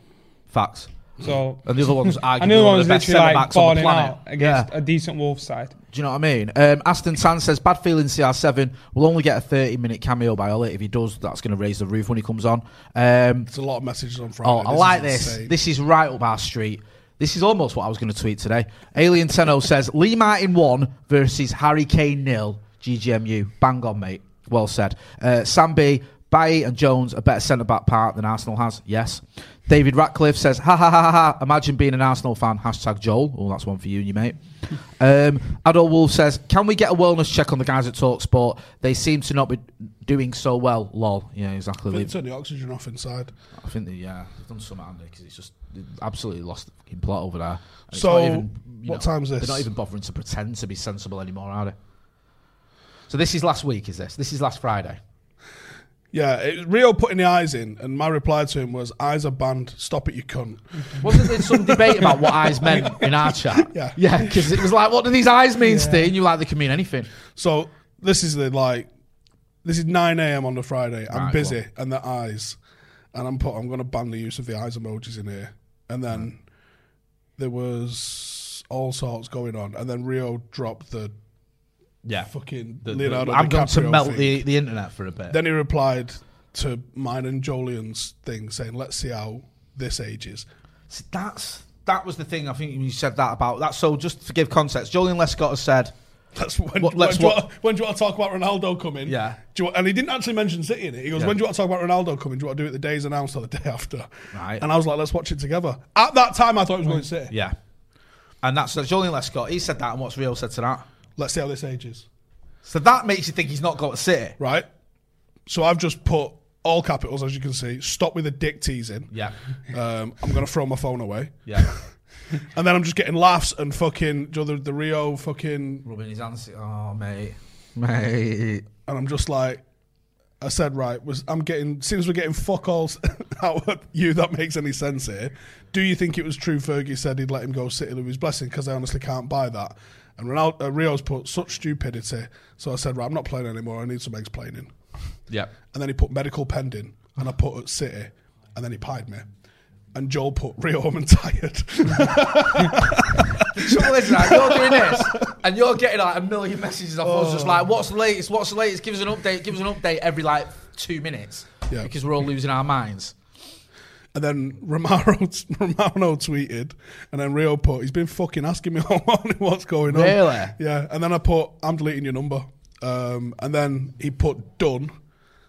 S7: Facts.
S9: So
S7: And the other one's
S9: I
S7: arguably
S9: knew
S7: one
S9: one
S7: of
S9: was
S7: the best
S9: literally like
S7: centre-backs on the
S9: falling
S7: planet.
S9: out against
S7: Yeah.
S9: a decent Wolves side.
S7: Do you know what I mean? Um, Aston Tan says bad feeling CR7 will only get a 30 minute cameo by Ollie. If he does, that's going to raise the roof when he comes on. Um,
S8: There's a lot of messages on Friday.
S7: oh, I like
S8: is
S7: this.
S8: insane.
S7: This is right up our street. This is almost what I was going to tweet today. Alien Tenno says Lee Martin one versus Harry Kane nil. GGMU. Bang on, mate. Well said. Uh, Sam B. Baye and Jones a better centre back part than Arsenal has. Yes. David Ratcliffe says, ha ha ha ha ha. Imagine being an Arsenal fan. Hashtag Joel. Oh, that's one for you and your mate. Um, Adol Wolf says, can we get a wellness check on the guys at Talksport? They seem to not be doing so well. Lol. Yeah, exactly.
S8: They
S7: Leave-
S8: turn the oxygen off inside.
S7: I think they, yeah, they've done something, haven't they? Because it's just they've absolutely lost the fucking plot over there. And it's
S8: So,
S7: not even, you
S8: what time's this?
S7: They're not even bothering to pretend to be sensible anymore, are they? So this is last week, is this? This is last Friday.
S8: Yeah, it, Rio putting the eyes in, and my reply to him was, "Eyes are banned. Stop it, you cunt."
S7: Wasn't there some debate about what eyes meant in our chat?
S8: Yeah.
S7: yeah, because it was like, what do these eyes mean, Steve? And you like they can mean anything.
S8: So this is the like, this is 9 a.m. on the Friday. I'm
S7: Right,
S8: busy,
S7: go on.
S8: and the eyes, and I'm put. I'm going to ban the use of the eyes emojis in here. And then there was all sorts going on, and then Rio dropped the
S7: Yeah,
S8: fucking Leonardo
S7: I'm going to
S8: DiCaprio
S7: melt
S8: thing.
S7: the, the internet for a bit.
S8: Then he replied to mine and Jolien's thing, saying, "Let's see how this ages."
S7: See, that's that was the thing. I think you said that about that. So just to give context, Julian Lescott has said.
S8: That's when,
S7: What-
S8: when,
S7: let's
S8: do you
S7: what-
S8: want, when do you want to talk about Ronaldo coming?
S7: Yeah.
S8: Do you want, and he didn't actually mention City in it. He goes,
S7: Yeah.
S8: when do you want to talk about Ronaldo coming? Do you want to do it the day he's announced or the day after?
S7: Right.
S8: And I was like, let's watch it together. At that time, I thought it was going to City.
S7: Yeah. And that's that's Julian Lescott. He said that, and what's real said to that.
S8: Let's see how this ages.
S7: So that makes you think he's not got to City.
S8: Right. So I've just put all capitals, as you can see. Stop with the dick teasing.
S7: Yeah.
S8: Um, I'm going to throw my phone away.
S7: Yeah.
S8: And then I'm just getting laughs and fucking do you know, the, the Rio fucking.
S7: Rubbing his hands. Oh, mate. Mate.
S8: And I'm just like, I said, right, was I'm getting, since we're getting fuck all s- out of you, that makes any sense here. Do you think it was true Fergie said he'd let him go City with his blessing? Because I honestly can't buy that. And Ronaldo, uh, Rio's put such stupidity. So I said, right, I'm not playing anymore. I need some explaining.
S7: Yeah.
S8: And then he put medical pending, and I put at City, and then he pied me. And Joel put Rio, I'm tired.
S7: Trouble is, like, you're doing this, and you're getting like a million messages off us, just like, "What's the latest? What's the latest? Give us an update. Give us an update every like two minutes,
S8: Yeah.
S7: because we're all losing our minds."
S8: And then Romano, Romano tweeted, and then Rio put, he's been fucking asking me all morning what's going on.
S7: Really?
S8: Yeah. And then I put, I'm deleting your number. Um, and then he put, done.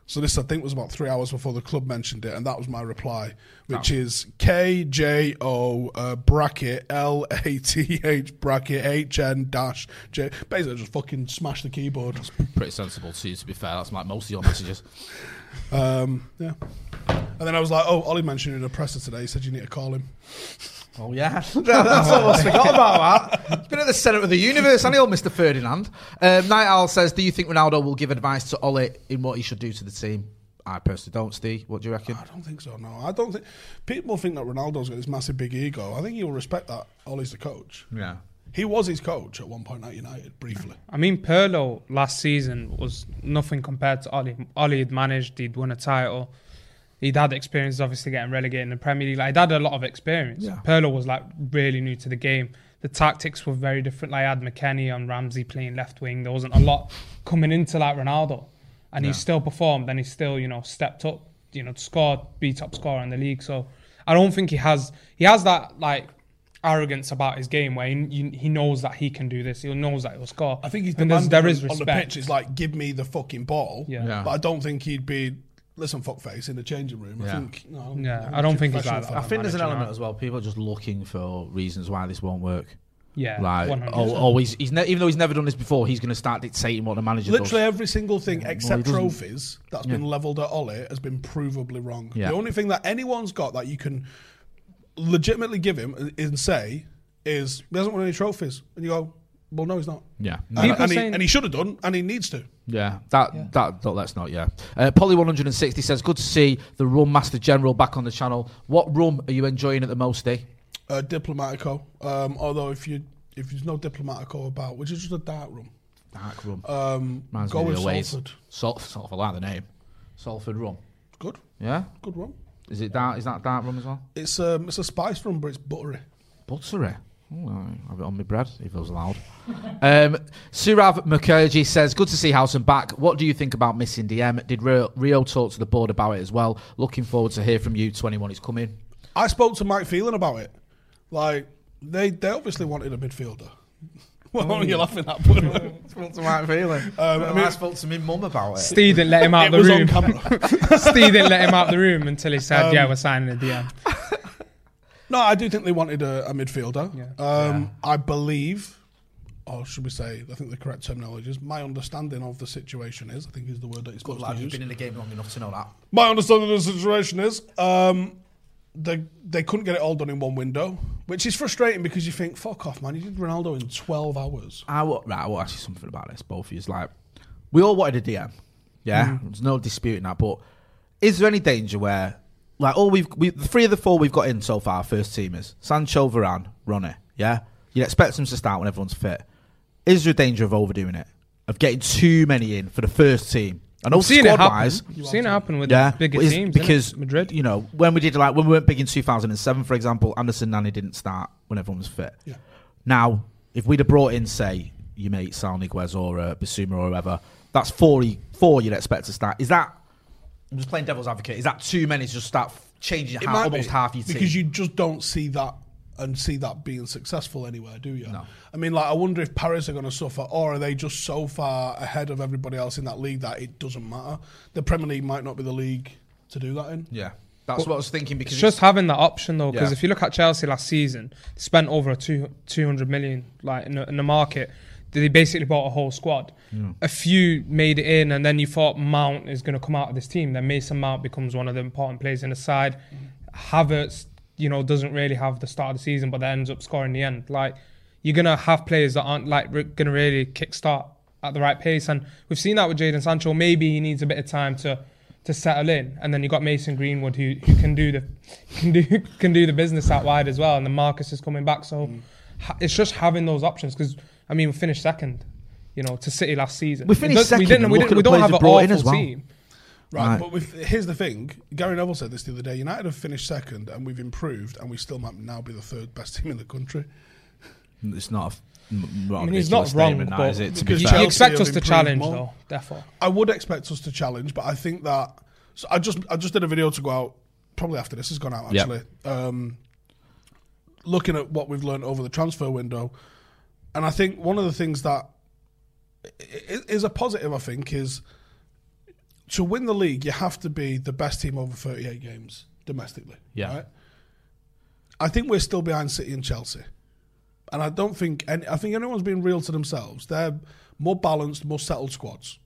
S8: So this, I think, was about three hours before the club mentioned it, and that was my reply, which is K J O uh, bracket L A T H bracket H N dash J. Basically, I just fucking smash the keyboard.
S7: Pretty sensible to you, to be fair. That's like most of your messages.
S8: Um, yeah. And then I was like, oh, Ollie mentioned in a presser today. He said you need to call him.
S7: Oh yeah, that's almost forgot about that. He's been at the centre of the universe, and he old Mr. Ferdinand. Um, Night Owl says, "Do you think Ronaldo will give advice to Ole in what he should do to the team?" I personally don't, Steve. What do you reckon?
S8: I don't think so. No, I don't think people think that Ronaldo's got this massive big ego. I think he'll respect that. Ollie's the coach.
S7: Yeah,
S8: He was his coach at one point at United briefly.
S9: I mean, Perlo last season was nothing compared to Oli. Oli had managed, he'd won a title. He'd had experience, obviously, getting relegated in the Premier League. Like, he'd had a lot of experience.
S7: Yeah.
S9: Perlo was, like, really new to the game. The tactics were very different. Like, I had McKenny and Ramsey playing left wing. There wasn't a lot coming into, like, Ronaldo. And he still performed and he still, you know, stepped up, you know, scored, be top scorer in the league. So I don't think he has, he has that, like, arrogance about his game where he, you- he knows that he can do this. He knows that he'll score.
S8: I think he's
S9: And there's-
S8: demanding
S9: there is
S8: on the
S9: respect.
S8: pitch. He's like, give me the fucking ball.
S9: Yeah. Yeah.
S8: But I don't think he'd be listen fuckface in the changing room. I
S7: Yeah.
S8: think. No, I don't
S9: Yeah,
S8: think
S9: I don't think he's like
S8: professional
S9: that.
S7: I think there's an
S9: Manager,
S7: element
S9: no.
S7: as well. People are just looking for reasons why this won't work.
S9: Yeah,
S7: Like,
S9: 100%.
S7: oh, oh, he's, he's ne- even though he's never done this before, he's going to start dictating what the manager
S8: Literally
S7: does.
S8: every single thing except
S7: doesn't.
S8: trophies that's been levelled at Ollie has been provably wrong.
S7: Yeah.
S8: The only thing that anyone's got that you can legitimately give him and- and say is he hasn't won any trophies, and you go, well, no, he's not.
S7: Yeah.
S8: and,
S7: No.
S9: People
S8: and he,
S9: saying-
S8: and he should have done, and he needs to.
S7: Yeah, that that that let's not. Yeah, uh, Polly one hundred and sixty says, "Good to see the Rum Master General back on the channel. What rum are you enjoying at the most, eh?" Steve?
S8: Uh, Diplomatico, um, although if you if there's no Diplomatico about, which is just a dark room,
S7: Dark rum.
S8: um,
S7: Reminds
S8: go
S7: me
S8: with
S7: of the ways.
S8: Salford.
S7: Salt, Salford, I like the name. Salford rum.
S8: Good,
S7: Yeah?
S8: good room.
S7: Is it dark? Is that dark rum as well?
S8: It's um, it's a spice rum, but it's buttery.
S7: Buttery. Oh, I have it on my bread if I was allowed. um, Surav Mukherjee says, "Good to see House and back. What do you think about missing DM? Did Rio, Rio talk to the board about it as well? Looking forward to hear from you. Twenty one is coming.
S8: I spoke to Mike Phelan about it. Like they they obviously wanted a midfielder. Well, are you
S9: Oh.
S8: laughing at? But
S7: Spoke to Mike Phelan. Um, I, mean, I spoke to my mum about it.
S9: Steve didn't let him out
S8: it
S9: the
S8: was
S9: room.
S8: on camera. Um,
S9: Steve didn't let him out the room until he said, "Yeah, we're signing a DM."
S8: No, I do think they wanted a, a midfielder.
S9: Yeah.
S8: Um, I believe, or should we say, I think the correct terminology is my understanding of the situation is. I think is the word that it's supposed to
S7: You've
S8: use.
S7: been in the game long enough to know that.
S8: My understanding of the situation is um, they they couldn't get it all done in one window, which is frustrating because you think, fuck off, man, you did Ronaldo in twelve hours.
S7: I will, right, I will ask you something about this, both of you. Like, we all wanted a DM, yeah.
S9: Mm.
S7: There's no disputing that. But is there any danger where, like, all we've we the three of the four we've got in so far, first teamers, Sancho, Varane, Ronnie, yeah. You'd expect them to start when everyone's fit. Is there a danger of overdoing it, of getting too many in for the first team? I know
S9: We've seen it
S7: squad
S9: happen.
S7: wise,
S9: We've seen it happen with
S7: yeah,
S9: the bigger
S7: but is-
S9: teams innit?
S7: because
S9: Madrid.
S7: You know, when we did like when we weren't big in 2007, for example, Anderson Nani didn't start when everyone was fit.
S8: Yeah.
S7: Now, if we'd have brought in, say, your mate Sal Niguez or uh, Basuma or whoever, that's four, y- four you'd expect to start. Is that? I'm just playing devil's advocate. Is that too many to just start f- changing half, almost half your team?
S8: because you just don't see that and see that being successful anywhere, do you? I mean, like, I wonder if Paris are going to suffer, or are they just so far ahead of everybody else in that league that it doesn't matter? The Premier League might not be the league to do that in.
S7: yeah, that's what I was thinking. Because
S9: It's just having that option though, because
S7: Yeah.
S9: if you look at Chelsea last season, they spent over a two two hundred million like in the, in the market. They basically bought a whole squad. A few made it in, and then you thought Mount is going to come out of this team. Then Mason Mount becomes one of the important players in the side. Havertz, you know, doesn't really have the start of the season, but that ends up scoring in the end. Like you're going to have players that aren't like re- going to really kickstart at the right pace, and we've seen that with Jadon Sancho. Maybe he needs a bit of time to to settle in, and then you got Mason Greenwood who, who can do the can do can do the business out wide as well, and then Marcus is coming back. So ha- it's just having those options because I mean we finished second, you know, to City last season.
S7: We
S9: It
S7: finished
S9: does-
S7: second, and look at the players we brought in as well.
S9: Oh.
S8: Right,
S7: Right.
S8: but with, here's the thing: Gary Neville said this the other day. United have finished second, and we've improved, and we still might now be the third best team in the country.
S7: it's not. A, not
S9: I mean, he's not wrong,
S7: now,
S9: but
S7: is it? To
S8: because
S7: be
S9: you,
S8: fair.
S9: you expect
S8: Chelsea
S9: us
S8: have
S9: to
S8: improved
S9: challenge
S8: more.
S9: though, therefore.
S8: I would expect us to challenge, but I think that so I just I just did a video to go out probably after this has gone out
S7: Yeah.
S8: actually. Um, looking at what we've learned over the transfer window, and I think one of the things that i- i- is a positive, I think, is to win the league you have to be the best team over thirty eight games domestically.
S7: Yeah.
S8: I think we're still behind City and Chelsea. And I don't think any, I think anyone's being real to themselves. They're more balanced, more settled squads.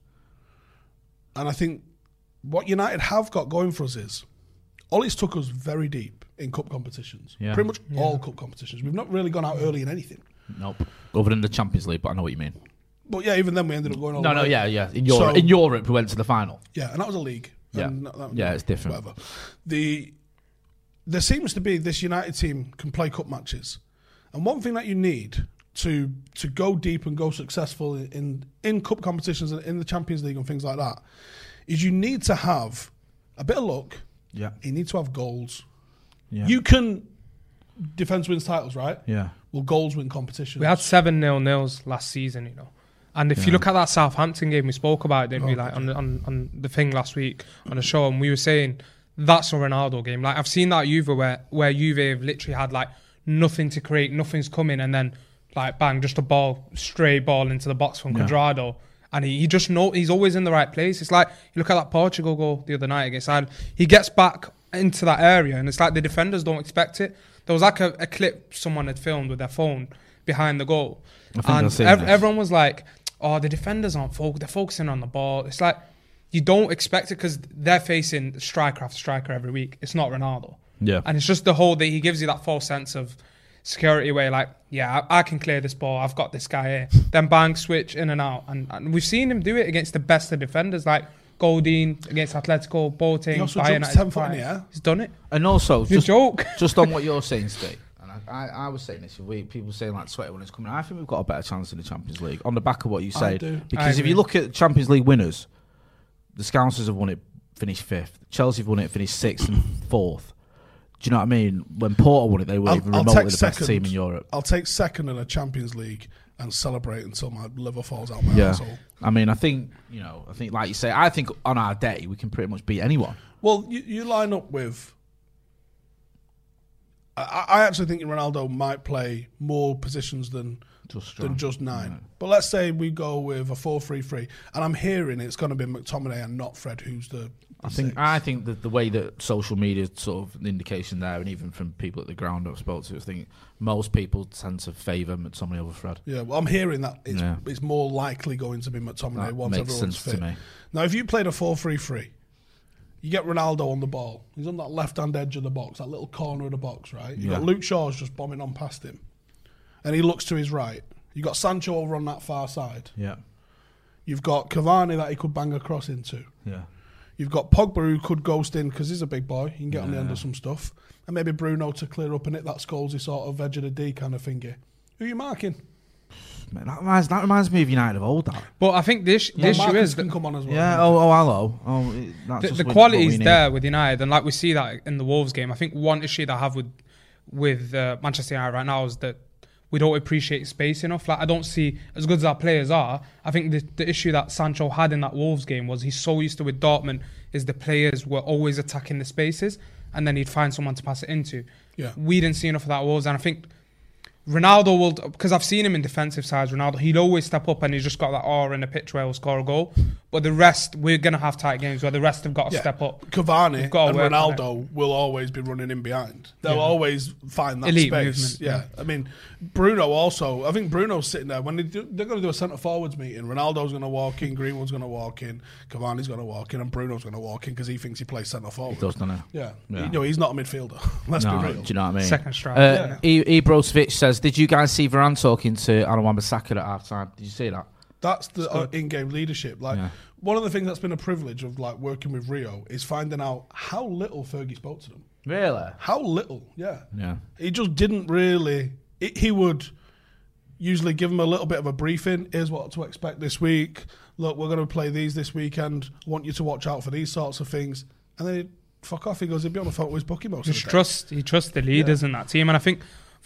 S8: And I think what United have got going for us is Ollie's took us very deep in cup competitions.
S7: Yeah.
S8: Pretty much all cup competitions. We've not really gone out early in anything.
S7: nope. Other than the Champions League, but I know what you mean.
S8: But yeah, even then we ended up going all
S7: No,
S8: the
S7: no,
S8: way.
S7: yeah, yeah. In Europe,
S8: Oh, So-
S7: in Europe, we went to the final.
S8: Yeah, and that was a league.
S7: Yeah.
S8: And that- that-
S7: Yeah, it's different.
S8: Whatever. The there seems to be this United team can play cup matches, and one thing that you need to to go deep and go successful in in cup competitions and in the Champions League and things like that is you need to have a bit of luck.
S7: Yeah.
S8: You need to have goals.
S7: Yeah.
S8: You can defense wins titles, right?
S7: Yeah.
S8: Well, goals win competitions.
S9: We had seven nil nils last season, you know. And if you look at that Southampton game, we spoke about it, didn't we? Like on, the- on on the thing last week on the show, and we were saying that's a Ronaldo game. Like I've seen that at Juve where where Juve have literally had like nothing to create, nothing's coming, and then like bang, just a ball, stray ball into the box from Quadrado. And he, he just know he's always in the right place. It's like you look at that Portugal goal the other night against Ireland. He gets back into that area, and it's like the defenders don't expect it. There was like a, a clip someone had filmed with their phone behind the goal,
S7: think I've
S9: and
S7: seen
S9: ev-
S7: this.
S9: everyone was like, "Oh, the defenders aren't focused. They're focusing on the ball." It's like you don't expect it because they're facing striker after striker every week. It's not Ronaldo,
S7: Yeah.
S9: and it's just the whole that he gives you that false sense of security where you're like, yeah, I, I can clear this ball. I've got this guy here. Then bang, switch in and out, and, and we've seen him do it against the best of defenders like. Goldine against Atletico, Boateng,
S8: He also
S9: Bayern at
S8: jumps
S9: his
S8: 10 foot in
S9: prime.
S8: the air.
S9: He's done it.
S7: And also,
S9: It's a
S7: just,
S9: joke.
S7: just on what you're saying, Steve, and I, I, I was saying this, we, people saying like 21 is coming. I think we've got a better chance in the Champions League on the back of what you said.
S8: do.
S7: Because
S9: I
S7: if
S9: agree.
S7: you look at Champions League winners, the Scousers have won it finished fifth. Chelsea have won it, finished sixth and fourth. Do you know what I mean? When Porto won it, they were
S8: I'll-
S7: even
S8: I'll
S7: remotely
S8: take
S7: the
S8: second.
S7: best team in Europe.
S8: I'll take second in a Champions League and celebrate until my liver falls out my
S7: yeah,
S8: asshole.
S7: I mean, I think you know, I think like you say, I think on our day we can pretty much beat anyone.
S8: Well, you, you line up with. I, I actually think Ronaldo might play more positions than
S7: Just
S8: than just nine. But let's say we go with a four-three-three, and I'm hearing it's going to be McTominay and not Fred, who's the.
S7: I think I think that the way that social media sort of the indication there, and even from people at the ground I've spoke to, I think most people tend to favour somebody over Fred.
S8: Yeah, well, I'm hearing that it's,
S7: Yeah.
S8: it's more likely going to be McTominay
S7: That
S8: once
S7: makes
S8: everyone's
S7: sense to
S8: fit.
S7: me.
S8: Now, if you played a 4 3 3, you get Ronaldo on the ball. He's on that left hand edge of the box, that little corner of the box, right? You've got
S7: Yeah.
S8: Luke Shaw's just bombing on past him. And he looks to his right. You've got Sancho over on that far side.
S7: Yeah,
S8: You've got Cavani that he could bang across into.
S7: yeah.
S8: You've got Pogba who could ghost in because he's a big boy. He can get on the end of some stuff. And maybe Bruno to clear up and hit that Scolesy sort of edge of the D kind of thingy. Who are you marking?
S7: Man, that, reminds, that reminds me of United of old. That
S9: But I think this
S8: Well,
S9: this issue
S8: Marcus
S9: is
S8: can
S9: that
S8: come on as well.
S7: yeah. Oh, oh, hello. Oh, it- that's
S9: the,
S7: just
S9: the
S7: what- what we
S9: quality's
S7: need.
S9: there with United, and like we see that in the Wolves game. I think one issue that I have with with uh, Manchester United right now is that we don't appreciate space enough. Like I don't see as good as our players are. I think the, the issue that Sancho had in that Wolves game was he's so used to with Dortmund is the players were always attacking the spaces, and then he'd find someone to pass it into.
S8: Yeah.
S9: we didn't see enough of that Wolves, and I think. Ronaldo will because I've seen him in defensive sides. Ronaldo he'll always step up and he's just got that aura in the pitch where he'll score a goal. But the rest we're gonna have tight games where the rest have got to
S8: Yeah.
S9: step up.
S8: Cavani
S9: We've gotta
S8: and
S9: work on it.
S8: Ronaldo will always be running in behind. They'll
S9: Yeah.
S8: always find that
S9: Elite
S8: space.
S9: movement,
S8: yeah.
S9: yeah.
S8: I mean, Bruno also. I think Bruno's sitting there when they do, they're going to do a centre forwards meeting. Ronaldo's going to walk in, Greenwood's going to walk in, Cavani's going to walk in, and Bruno's going to walk in because he thinks he plays centre forward.
S7: Does doesn't it?
S8: Yeah,
S7: Yeah.
S8: You know, he's not a midfielder. Let's
S7: No,
S8: be
S7: do
S8: real.
S7: you know what I mean?
S9: Second striker,
S7: Uh, e- Ibrosevic says, "Did you guys see Varane talking to Anwar Bissaka at half time? Did you see that?
S8: That's the uh, in-game leadership. Like
S7: Yeah.
S8: one of the things that's been a privilege of like working with Rio is finding out how little Fergie spoke to them.
S7: Really?
S8: How little? Yeah.
S7: Yeah.
S8: He just didn't really. It, he would usually give him a little bit of a briefing. Here's what to expect this week. Look, we're going to play these this weekend. Want you to watch out for these sorts of things. And then he'd fuck off. He goes, he'd be on the phone with his bookie most of
S9: Just
S8: the day.
S9: trust he trusts the leaders in that team, and I think
S8: He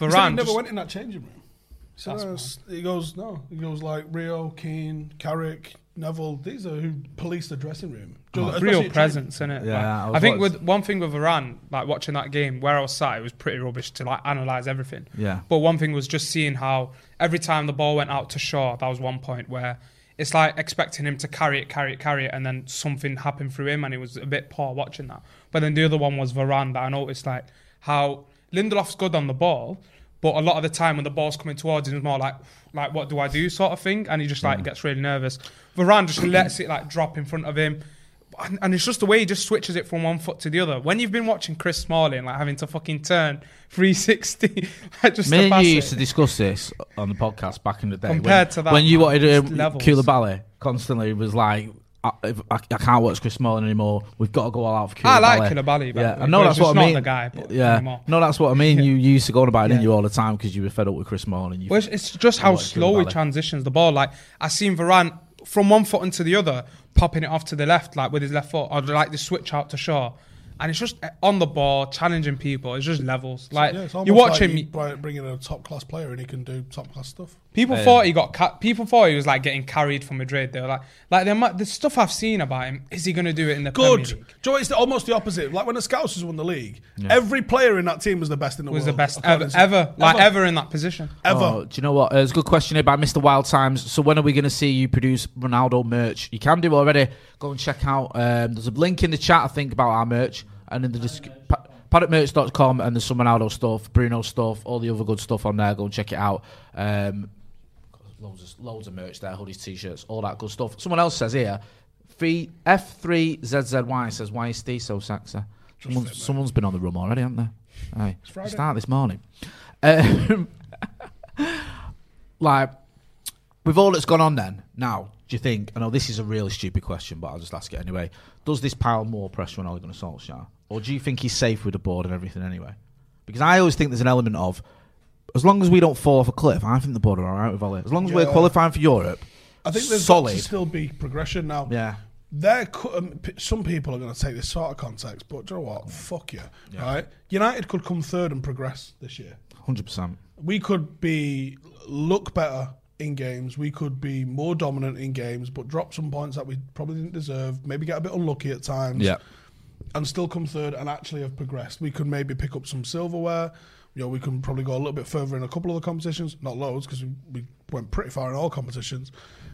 S8: said he
S9: Varane.
S8: never
S9: just-
S8: went in that changing room. He, said,
S9: That's
S8: "No, it's- he goes, no. He goes like Rio, Keane, Carrick, Neville. These are who police the dressing room. Just-
S9: Like,
S8: especially
S9: real
S8: at
S9: presence in it.
S7: Yeah, I
S9: I,
S7: was
S9: think
S7: watch-
S9: with one thing with Iran, like watching that game where I was sat, it was pretty rubbish to like analyze everything.
S7: Yeah.
S9: But one thing was just seeing how every time the ball went out to Shaw, that was one point where it's like expecting him to carry it, carry it, carry it, and then something happened through him, and it was a bit poor watching that. But then the other one was Varane that I noticed like how Lindelof's good on the ball. But a lot of the time when the ball's coming towards him, it's more like, like what do I do sort of thing, and he just like gets really nervous. Varane just lets it like drop in front of him, and, and it's just the way he just switches it from one foot to the other. When you've been watching Chris Smalling, like having to fucking turn 360, like just
S7: Me
S9: to
S7: and
S9: pass
S7: you
S9: it.
S7: used to discuss this on the podcast back in the day.
S9: Compared
S7: when,
S9: to that,
S7: when you
S9: man,
S7: wanted
S9: it's
S7: um,
S9: levels.
S7: Koulibaly constantly was like, I, if- I, I can't watch Chris Smalling anymore. We've got to go all out for Koulibaly.
S9: I like Koulibaly, by
S7: Yeah,
S9: the way,
S7: I know
S9: but
S7: that's
S9: he's
S7: what
S9: just
S7: I
S9: not
S7: mean.
S9: the guy, but
S7: yeah,
S9: anymore.
S7: no, that's what I mean. You, you used to go on about it, didn't
S9: Yeah.
S7: you, all the time because you were fed up with Chris Smalling. You
S9: Well, it's, it's just how
S7: Like
S9: slow he
S7: Koulibaly.
S9: transitions the ball. Like I seen Varane from one foot into the other, popping it off to the left, like with his left foot, or like the switch out to Shaw. And it's just uh, on the ball, challenging people. It's just levels. Like
S8: Yeah, it's
S9: you
S8: almost
S9: watch
S8: like
S9: him,
S8: you bri- bring in a top class player and he can do top class stuff.
S9: People thought he got ca- people thought he was like getting carried for Madrid. They were like, like the, amount- the stuff I've seen about him. Is he going to do it in the Premier
S8: Good.
S9: League?
S8: Joe, it's the- almost the opposite. Like when the Scousers won the league, every player in that team was the best in the
S9: Was the
S8: world.
S9: best
S8: according
S9: ever,
S8: to-
S9: ever, like ever in that position.
S8: Ever.
S7: Oh, do you know what? Uh, it's a good question here by Mr. Wild Times. So when are we going to see you produce Ronaldo merch? You can do already. Go and check out. Um, there's a link in the chat, I think, about our merch and in the disc- pa- paddockmerch.com and there's some Ronaldo stuff, Bruno stuff, all the other good stuff on there. Go and check it out. Um, loads of loads of merch there, hoodies, t-shirts, all that good stuff. Someone else says here, F three ZZY says, "Why is Steve so sexy?" Someone's, someone's been on the room already, haven't they? Aye. Start this morning. Um, like, with all that's gone on, then now, do you think? I know this is a really stupid question, but I'll just ask it anyway. Does this pile more pressure on Ole Gunnar Solskjaer, or do you think he's safe with the board and everything anyway? Because I always think there's an element of, as long as we don't fall off a cliff, I think the board are all right with Ole. As long as we're
S8: Yeah.
S7: qualifying for Europe,
S8: I think there's got
S7: solid.
S8: to still be progression now.
S7: Yeah.
S8: They're cu- um, p- some people are going to take this sort of context, but do you know what? Fuck you, right? United could come third and progress this year.
S10: Hundred percent.
S8: We could be look better in games. We could be more dominant in games, but drop some points that we probably didn't deserve. Maybe get a bit unlucky at times.
S10: Yeah.
S8: and still come third and actually have progressed. We could maybe pick up some silverware. You know, we can probably go a little bit further in a couple of the competitions, not loads because we, we went pretty far in all competitions.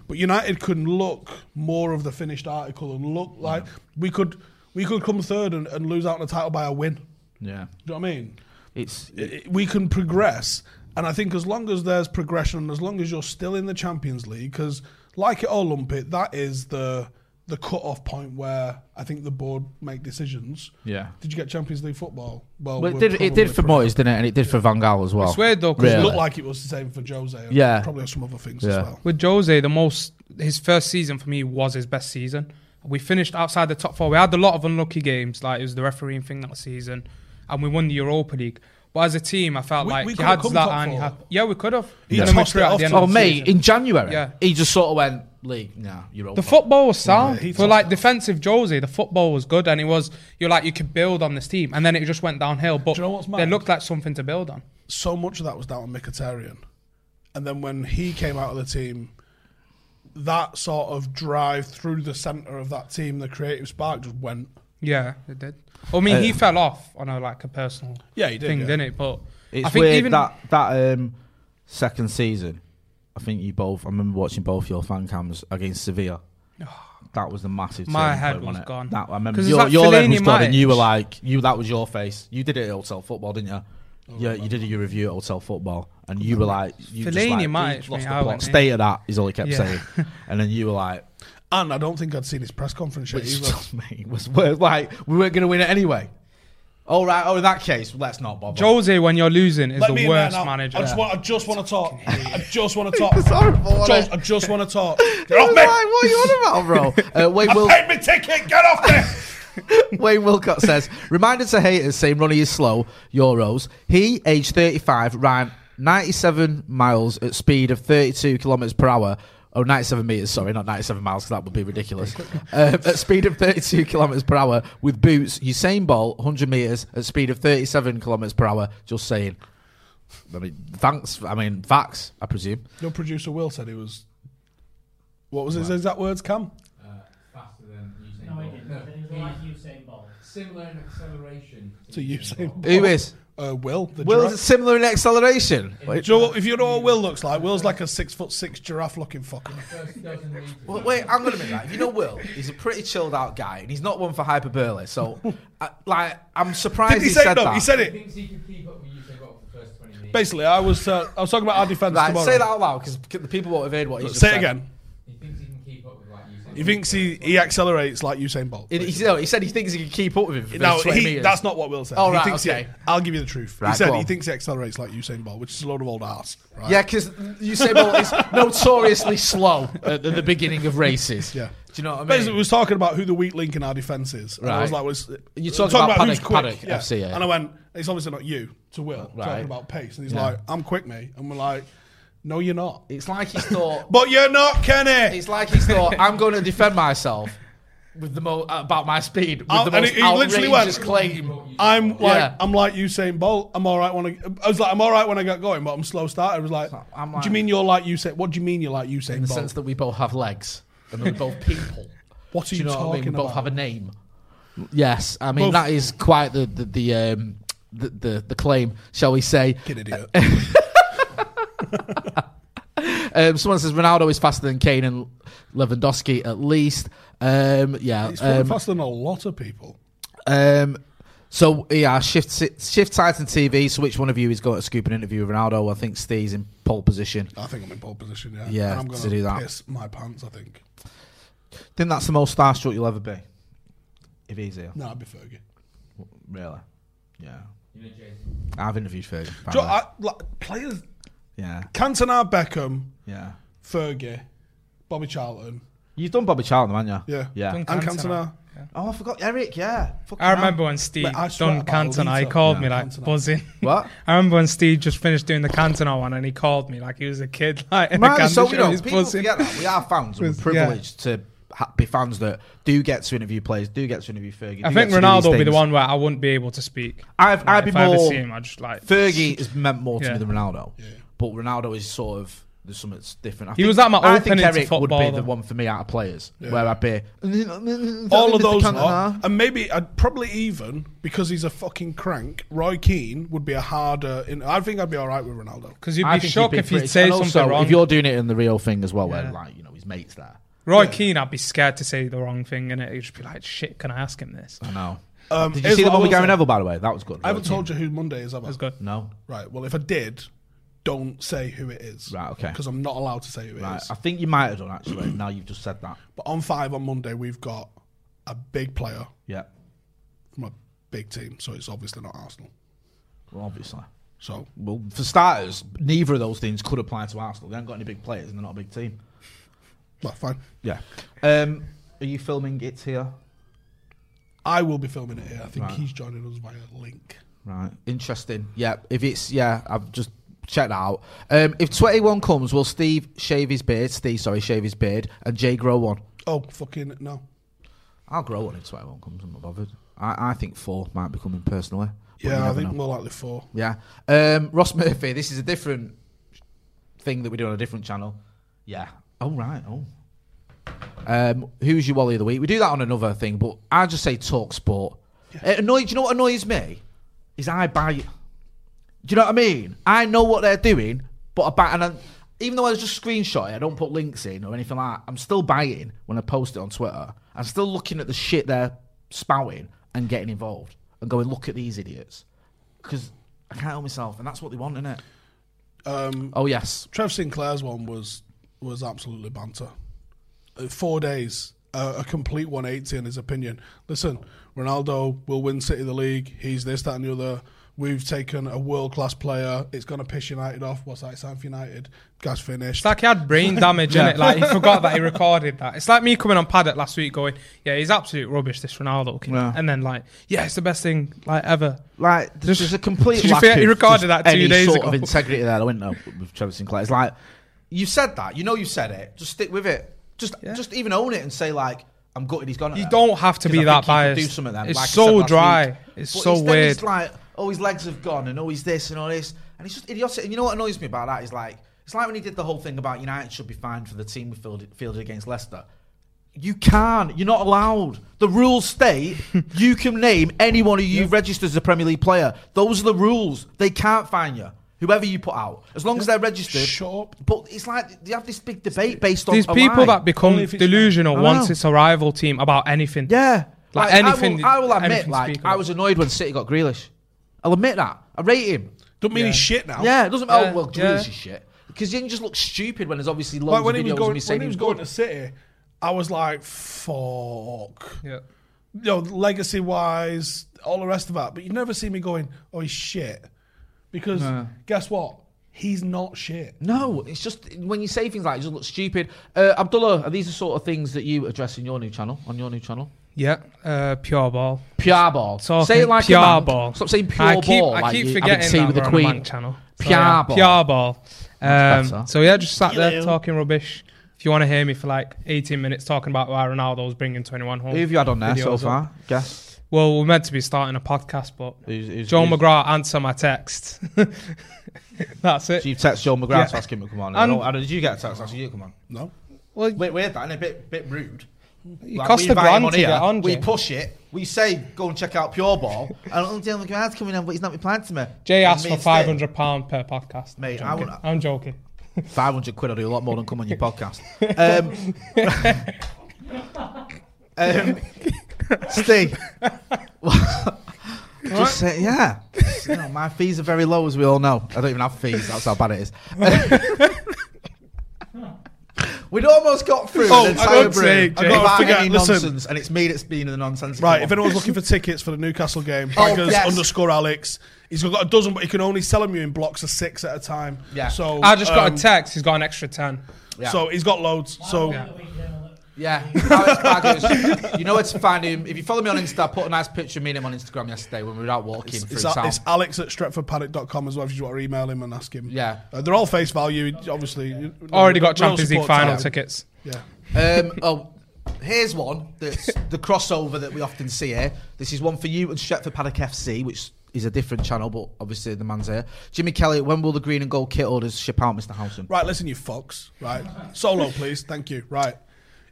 S8: But United can look more of the finished article and look like we could we could come third and, and lose out on the title by a win.
S10: Yeah.
S8: Do you know what I mean?
S10: It's
S8: it- it- we can progress. And I think as long as there's progression, and as long as you're still in the Champions League, because like it or lump it, that is the the cut off point where I think the board make decisions.
S10: Yeah.
S8: Did you get Champions League football? Well,
S10: Well, it
S8: we're
S10: did, it did
S8: probably
S10: for
S8: pretty-
S10: Moyes, didn't it? And it did for Van Gaal as well.
S9: It's weird though, 'cause
S8: It
S9: really.
S8: looked like it was the same for Jose. And
S10: Yeah.
S8: Probably some other things
S10: Yeah.
S8: as well.
S9: With Jose, the most his first season for me was his best season. We finished outside the top four. We had a lot of unlucky games, like it was the refereeing thing that season, and we won the Europa League. But as a team, I felt
S8: We-
S9: like
S8: we
S9: he
S8: could've
S9: had
S8: come
S9: that,
S8: top
S9: and he
S8: four.
S9: had, yeah, we could have.
S8: He
S9: And then we
S8: tossed
S9: threw
S8: it
S9: out
S8: off
S9: the end
S8: to-
S9: of
S10: Oh,
S9: the
S10: mate,
S9: season.
S10: in January,
S9: Yeah.
S10: he just sort of went, league, nah, you're over.
S9: The football was sound
S8: he
S9: for
S8: tossed
S9: like
S8: it.
S9: defensive Jose. The football was good, and it was you're like you could build on this team, and then it just went downhill. But
S8: Do you know what's
S9: they
S8: mad?
S9: looked like something to build on.
S8: so much of that was down to Mkhitaryan. And then when he came out of the team, that sort of drive through the centre of that team, the creative spark just went.
S9: Yeah, it did. I
S7: Uh,
S9: mean, he fell off on a like a personal
S8: Yeah, he did,
S9: thing,
S8: yeah.
S9: didn't it? But
S7: It's
S9: I think
S7: weird
S9: even
S7: that that um, second season. I think you both. I remember watching both your fan cams against Sevilla. That was the massive.
S9: My
S7: turning
S9: head
S7: point, wasn't
S9: was
S7: it?
S9: gone.
S7: That I remember.
S9: 'Cause it's
S7: Your,
S9: like
S7: your
S9: Fellaini
S7: end was gone,
S9: Matic.
S7: and you were like, "You." That was your face. You did it at Hotel Football, didn't you?
S9: Oh,
S7: yeah, you did your review at Hotel Football, and you were like, "You just
S9: Fellaini
S7: like,
S9: Matic,
S7: "He's
S9: mate,
S7: lost
S9: I
S7: the
S9: went,
S7: plot."
S9: yeah.
S7: Stay at that is all he kept
S9: Yeah.
S7: saying, and then you were like,
S8: And I don't think I'd seen his press conference yet
S7: "Which
S8: either.
S7: mate, was worth, like we weren't going to win it anyway." All right. Oh, in that case, let's not bother.
S9: Jose, when you're losing, is
S8: Let me
S9: the
S8: in there
S9: worst
S8: now.
S9: manager.
S8: I just, want, I just want to talk. I just want to talk.
S7: horrible, wasn't
S8: Just-
S7: it?
S8: I just want to talk.
S7: I
S8: Get off
S7: was
S8: me!
S7: like, what are you on about, bro? Uh, Wade, Wil-
S8: I paid me ticket. Get off me!
S7: Wayne Wilcott says, reminder to haters saying Ronnie is slow, Euros. He, age 35, ran 97 miles at speed of 32 kilometres per hour. Oh, 97 metres, sorry, not 97 miles, 'cause that would be ridiculous. um, at speed of 32 kilometres per hour with boots. Usain Bolt, 100 metres at speed of 37 kilometres per hour. Just saying. I mean, thanks. I mean, facts, I presume.
S8: Your producer Will said he was. What was his exact words? Cam.
S10: Uh, Similar in acceleration.
S8: So you saying
S7: Who is?
S8: uh, Will? The
S7: Will's
S8: giraffe.
S7: similar in acceleration. Wait,
S8: Joe, if you know what Will looks like, Will's like a six foot six giraffe looking fucker.
S7: Wait, wait I'm gonna admit that. You know, Will, he's a pretty chilled out guy, and he's not one for hyperbole. So, I, like, I'm surprised
S8: Did he
S7: he
S8: say
S7: said
S8: no?
S7: that.
S8: He said it.
S10: Thinks he could keep up with you for the first 20 minutes.
S8: Basically, I was uh, I was talking about our defense
S7: Right,
S8: tomorrow.
S7: say that out loud because the people won't have heard what he just
S8: Say it
S7: said.
S8: again.
S10: He thinks he can keep up with like you.
S8: He thinks he, he accelerates like Usain Bolt.
S7: He, he, no, he said he thinks he can keep up with him. For
S8: no,
S7: 20
S8: he,
S7: meters.
S8: that's not what Will said.
S7: Oh, right,
S8: he thinks
S7: okay.
S8: he, I'll give you the truth.
S7: Right,
S8: he said
S7: go
S8: he
S7: on.
S8: thinks he accelerates like Usain Bolt, which is a load of old ass. Right?
S7: Yeah, because Usain Bolt is notoriously slow at the, the beginning of races.
S8: Yeah.
S7: Do you know what I mean?
S8: Basically, we was talking about who the weak link in our defense is. And I was
S7: Right.
S8: like, was,
S7: You're
S8: we're
S7: talking about Paddock- Paddock FC, yeah.
S8: And I went, it's obviously not you to Will
S7: Right.
S8: talking about pace, and he's
S7: Yeah.
S8: like, I'm quick, mate, and we're like, no, you're not.
S7: it's like he thought.
S8: But you're not, Kenny.
S7: it's like he thought. I'm going to defend myself with the mo- about my speed with
S8: Out-
S7: the
S8: and
S7: most
S8: he- he literally went-
S7: outrageous claim.
S8: I'm like
S7: Yeah.
S8: I'm like Usain Bolt. I'm all right when I, I was like I'm all right when I got going, but I'm slow starter. I was like,
S7: I'm
S8: do
S7: like-
S8: you mean you're like Usain? What do you mean you're like Usain
S7: in the
S8: Bolt?
S7: sense that we both have legs and we're both people.
S8: What
S7: Do
S8: are you
S7: know what I mean?
S8: talking
S7: We both
S8: about?
S7: have a name. Yes, I mean
S8: Both-
S7: that is quite the the the, um, the the the claim, shall we say?
S8: Fucking idiot.
S7: Um, someone says Ronaldo is faster than Kane and Lewandowski at least. Um, yeah.
S8: He's probably
S7: Um,
S8: faster than a lot of people.
S7: um, so yeah, shift Si- shift Titan TV. So which one of you is going to scoop an interview with Ronaldo? I think Steve's in pole position.
S8: I think I'm in pole position. Yeah,
S7: Yeah,
S8: And I'm
S7: to
S8: gonna
S7: do that.
S8: Piss my pants. I think.
S7: think that's the most starstruck you'll ever be. If he's here,
S8: No, I'd be Fergie.
S7: really. Yeah. I've interviewed Fergie. by
S8: Do
S7: the
S8: you know,
S7: way.
S8: I, like, players:
S7: yeah.
S8: Cantona, Beckham,
S7: Yeah.
S8: Fergie, Bobby Charlton.
S7: You've done Bobby Charlton, haven't you?
S8: Yeah.
S7: Yeah.
S9: Done
S8: And
S9: Cantona.
S8: Cantona.
S7: Oh, I forgot Eric, yeah. Fucking
S9: I
S7: hell.
S9: remember when Steve
S8: Mate, I swear
S9: done
S8: by
S9: Cantona, he
S8: Alito.
S9: called
S8: Yeah,
S9: me like
S8: Cantona.
S9: buzzing.
S7: What?
S9: I remember when Steve just finished doing the Cantona one, and he called me like he was a kid, like in the
S7: Man,
S9: Cantona
S7: so, you
S9: show,
S7: know,
S9: he's
S7: people
S9: buzzing.
S7: forget that. We are fans and we're
S9: Yeah.
S7: privileged to ha- be fans that do get to interview players, do get to interview Fergie.
S9: I think
S7: do get to do
S9: Ronaldo
S7: these
S9: will be the
S7: things.
S9: one where I wouldn't be able to speak.
S7: I've,
S9: Like,
S7: I'd be
S9: if I ever
S7: more.
S9: see him, I just like
S7: Fergie has meant more to
S9: Yeah.
S7: me than Ronaldo, but Ronaldo is sort of there's something that's different. I
S9: He was like my
S7: I
S9: opening
S7: think
S9: to
S7: Eric would be
S9: football,
S7: the
S9: though.
S7: one for me out of players, where I'd be
S8: All of those lot. And maybe I'd probably even, because he's a fucking crank, Roy Keane would be a harder. In, I think I'd be all right with Ronaldo.
S9: because you'd
S7: I
S9: be
S7: think
S9: shocked
S7: be
S9: if he'd
S7: pretty-
S9: say
S7: and
S9: something
S7: also,
S9: wrong.
S7: If you're doing it in the real thing as well, where like you know his mates there.
S9: Roy Keane, I'd be scared to say the wrong thing, and it'd just be like, "Shit, can I ask him this?"
S7: I know.
S8: Um,
S7: Did you
S8: here's
S7: see the
S8: what I
S7: one with
S8: will
S7: Gary
S8: say.
S7: Neville? By the way, that was good.
S8: I haven't told you who Monday is, have I?
S9: That's good.
S7: No.
S8: Right. Well, if I did, don't say who it is.
S7: Right, okay.
S8: Because I'm not allowed to say who it is.
S7: Right. I think you might have done actually. now you've just said that.
S8: But on five on Monday, we've got a big player
S7: Yeah.
S8: from a big team, so it's obviously not Arsenal.
S7: Well, obviously.
S8: So
S7: Well, for starters, neither of those things could apply to Arsenal. They haven't got any big players, and they're not a big team.
S8: well, fine.
S7: Yeah. Um, are you filming it here?
S8: I will be filming it here. I think he's joining us via link.
S7: Right. Interesting. Yeah. If it's yeah, I've just checked that out. Um, if twenty one comes, will Steve shave his beard? Steve, sorry, shave his beard, and Jay grow one.
S8: Oh fucking no!
S7: I'll grow one if twenty one comes. I'm not bothered. I, I think four might be coming personally. but you
S8: Yeah, I
S7: never
S8: think
S7: know.
S8: more likely four.
S7: Yeah. Um, Ross Murphy, this is a different thing that we do on a different channel. Yeah. Oh, right. Oh. Um, who's your Wally of the Week? We do that on another thing, but I just say talk sport. It annoys, do you know what annoys me? Is I buy. Do you know what I mean? I know what they're doing, but I buy. And I, even though I just screenshot it, I don't put links in or anything like that. I'm still buying when I post it on Twitter. I'm still looking at the shit they're spouting and getting involved and going, look at these idiots. Because I can't help myself, and that's what they want, innit? Um, oh, yes.
S8: Trev Sinclair's one was was absolutely banter. Uh, Four days, uh, a complete 180 in his opinion. Listen, Ronaldo will win City the league. He's this, that, and the other. We've taken a world class player. It's going to piss United off. What's that? It's time for United. Guys finished.
S9: It's like he had brain damage in it. Like he forgot that he recorded that. It's like me coming on Paddock last week going, "Yeah, he's absolute rubbish. This Ronaldo kid,"
S7: Yeah.
S9: and then like, "Yeah, it's the best thing like ever."
S7: Like, th-
S9: Just-
S7: there's a complete
S9: Did you
S7: lack
S9: forget
S7: of
S9: he recorded
S7: just
S9: that two
S7: any
S9: days
S7: sort of
S9: ago?
S7: integrity there, the window with Trevor Sinclair. It's like, you said that. You know you said it. Just stick with it. Just just even own it and say, like, I'm gutted he's gone. at
S9: You
S7: them.
S9: don't have to
S7: 'Cause
S9: be
S7: I
S9: that
S7: think he could
S9: biased.
S7: Do some of them,
S9: It's
S7: like I
S9: so
S7: said last
S9: dry.
S7: week.
S9: It's
S7: But
S9: so
S7: instead
S9: weird.
S7: It's like, oh, his legs have gone and oh, he's this and all this. And it's just idiotic. And you know what annoys me about that is like, it's like when he did the whole thing about United should be fined for the team we fielded, fielded against Leicester. You can't. You're not allowed. The rules state you can name anyone who you've registered as a Premier League player. Those are the rules. They can't fine you. Whoever you put out, as long as they're registered.
S8: Shut up.
S7: But it's like they have this big debate based on
S9: These
S7: a
S9: people
S7: lie.
S9: that become
S8: Only if it's-
S9: delusional
S7: I
S9: once
S7: know.
S9: it's a rival team about anything.
S7: Yeah.
S9: Like, anything-
S7: I will, I will admit,
S9: anything
S7: like,
S9: speakable.
S7: I was annoyed when City got Grealish. I'll admit that. I rate him.
S8: Don't mean he's shit now.
S7: Yeah, it doesn't
S9: Yeah,
S7: matter. Oh, well, Grealish
S9: yeah.
S7: is shit. Because you can just look stupid when there's obviously loads
S8: Like when
S7: of
S8: he
S7: videos
S8: was
S7: of
S8: going,
S7: me saying
S8: when he was going to City, I was like, fuck.
S9: Yeah.
S8: You know, legacy wise, all the rest of that. But you never see me going, oh, he's shit. Because guess what? He's not shit.
S7: No, it's just when you say things like you just look stupid. Uh, Abdullah, are these the sort of things that you address in your new channel? On your new channel,
S9: Yeah, uh, pure ball.
S7: PR ball.
S9: Talking
S7: say it like
S9: pure
S7: a man.
S9: ball.
S7: Stop saying pure
S9: I keep,
S7: ball.
S9: I
S7: like
S9: keep
S7: you having
S9: forgetting
S7: tea
S9: that
S7: with
S9: we're
S7: the
S9: on a
S7: Queen.
S9: Mank channel. So,
S7: Pure
S9: yeah,
S7: ball.
S9: Pure ball.
S7: That's
S9: Um,
S7: better.
S9: so yeah, just sat there talking rubbish. If you want to hear me for like 18 minutes talking about why Ronaldo's bringing 21 home.
S7: Who have you had on there
S9: videos
S7: so
S9: up.
S7: far? Guess.
S9: Well, we're meant to be starting a podcast, but
S7: Who's- who's-
S9: Joe
S7: who's-
S9: McGrath answer my text. That's it.
S7: So you've texted Joe McGrath
S9: Yeah.
S7: to ask him to come on.
S9: And-
S7: And, did you get a text asking you to come on?
S8: No.
S9: well,
S7: Weird, weird that, and a bit, bit rude.
S9: you
S7: Like,
S9: cost
S7: we
S9: a
S7: invite him
S9: grand
S7: on
S9: to
S7: here,
S9: get on.
S7: We
S9: Jay.
S7: push it. We say, go and check out Pure Ball. and oh, Joe McGrath's coming on, but he's not replying to me.
S9: Jay
S7: And
S9: asked
S7: me
S9: for
S7: instead.
S9: 500 pound per podcast.
S7: Mate, I
S9: I'm joking.
S7: would-
S9: I'm joking.
S7: 500 quid, I'll do a lot more than come on your podcast. Um, um, Steve. Just say, yeah. You know, my fees are very low, as we all know. I don't even have fees. That's how bad it is. We'd almost got through
S8: Oh,
S7: an
S8: I
S7: entire
S8: don't
S7: brew
S8: say, Jay.
S7: without
S8: Forget-
S7: any
S8: listen.
S7: nonsense, and it's me that's been in the nonsense.
S8: Right,
S7: Come
S8: if
S7: on.
S8: anyone's looking for tickets for the Newcastle game,
S7: Oh,
S8: Baggers
S7: yes.
S8: underscore Alex. He's got a dozen, but he can only sell them you in blocks of six at a time.
S7: Yeah.
S8: So
S9: I just got
S8: um,
S9: a text. He's got an extra 10.
S7: Yeah.
S8: So he's got loads. So
S7: Yeah, Alex Baggers. you know where to find him. If you follow me on Insta, I put a nice picture of me and him on Instagram yesterday when we were out walking
S8: it's,
S7: through
S8: it's,
S7: town.
S8: it's Alex at stretfordpaddock.com as well. If you just want to email him and ask him.
S7: Yeah.
S8: Uh, they're all face value, obviously. you-
S9: Already
S8: real
S9: got Champions League
S8: support
S9: final
S8: team.
S9: tickets.
S8: Yeah.
S7: Um, oh, Here's one that's the crossover that we often see here. This is one for you and Stretford Paddock FC, which is a different channel, but obviously the man's here. Jimmy Kelly, when will the green and gold kit orders ship out, Mr. Housen?
S8: Right, listen, you fucks. Right. Solo, please. Thank you. Right.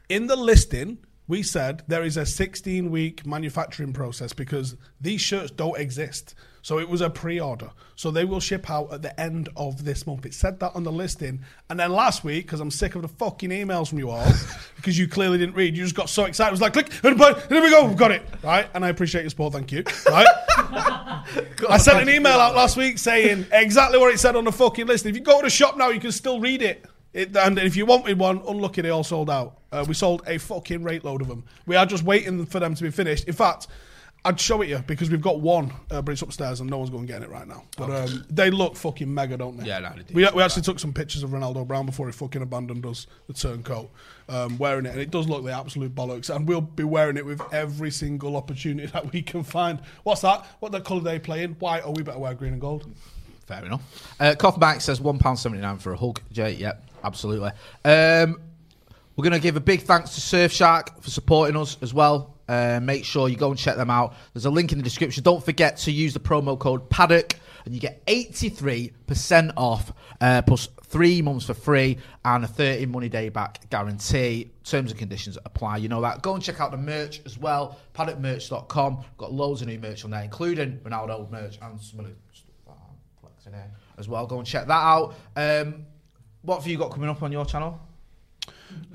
S8: In the listing, we said there is a 16 week manufacturing process because these shirts don't exist. So it was a pre order. So they will ship out at the end of this month. It said that on the listing. And then last week, because I'm sick of the fucking emails from you all, because you clearly didn't read, you just got so excited. It was like, click, and button, and there we go, we've got it. Right? And I appreciate your support. Thank you. Right? I sent an email out last week saying exactly what it said on the fucking listing. If you go to the shop now, you can still read it. It, and if you wanted one, unlucky they all sold out. Uh, we sold a fucking rate load of them. We are just waiting for them to be finished. In fact, I'd show it you because we've got one, uh, but it's upstairs and no one's going to get it right now. But um, they look fucking mega, don't they?
S7: Yeah, no, they do.
S8: We, we actually took some pictures of Ronaldo Brown before he fucking abandoned us, the turncoat, um, wearing it. And it does look the absolute bollocks. And we'll be wearing it with every single opportunity that we can find. What's that? What the colour they playing? White? Oh, we better wear green and gold.
S7: Fair enough. Uh, Cough Mike says £1.79 for a hug. Jay, yep, absolutely. Um, we're going to give a big thanks to Surfshark for supporting us as well. Uh, make sure you go and check them out. There's a link in the description. Don't forget to use the promo code Paddock, and you get 83% off, uh, plus three months for free, and a 30 money day back guarantee. Terms and conditions apply. You know that. Go and check out the merch as well. PaddockMerch.com. Got loads of new merch on there, including Ronaldo merch and some of the stuff that I'm flexing here as well. Go and check that out. Um, what have you got coming up on your channel?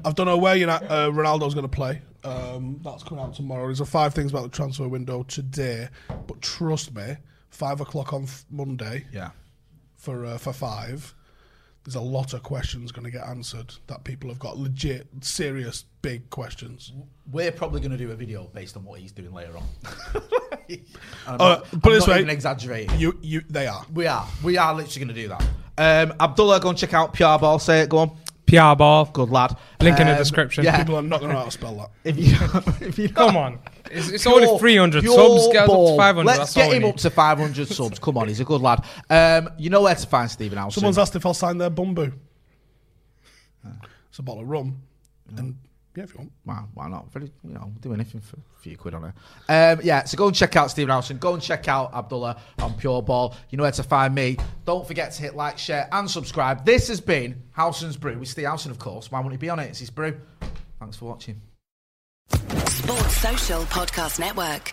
S8: I don't know where you know uh, Ronaldo's going to play. Um, that's coming out tomorrow. There's a five things about the transfer window today, but trust me, five o'clock on f- Monday
S7: Yeah.
S8: for uh, for five. There's a lot of questions going to get answered that people have got legit, serious, big questions.
S7: We're probably going to do a video based on what he's doing later on. And I'm
S8: Uh,
S7: not-
S8: put it
S7: I'm
S8: this
S7: not
S8: way.
S7: even exaggerating.
S8: You, you, they are.
S7: We are. We are literally going to do that. Um, Abdullah, go and check out PR Ball. Say it. Go on.
S9: PR ball.
S7: Good lad.
S9: Link in the
S7: Um,
S9: description.
S7: Yeah.
S8: People are not going to know how to spell that.
S7: If you, if you
S9: Come on. It's, it's
S7: Pure-
S9: only 300
S7: pure
S9: subs. Get us up to
S7: ball.
S9: 500.
S7: Let's
S9: that's
S7: get
S9: all we
S7: him
S9: need.
S7: up to 500 subs. Come on, he's a good lad. Um, you know where to find Stephen House.
S8: Someone's asked if I'll sign their bumbo. It's a bottle of rum, and yeah, if you want.
S7: Wow, why not? Very, you know, we'll do anything for a few quid on it. Um, yeah, so go and check out Stephen Howson. Go and check out Abdullah on Pure Ball. You know where to find me. Don't forget to hit like, share, and subscribe. This has been Howson's Brew with Steve Howson, of course. Why wouldn't he be on it? It's his brew. Thanks for watching.
S2: Sports Social Podcast Network.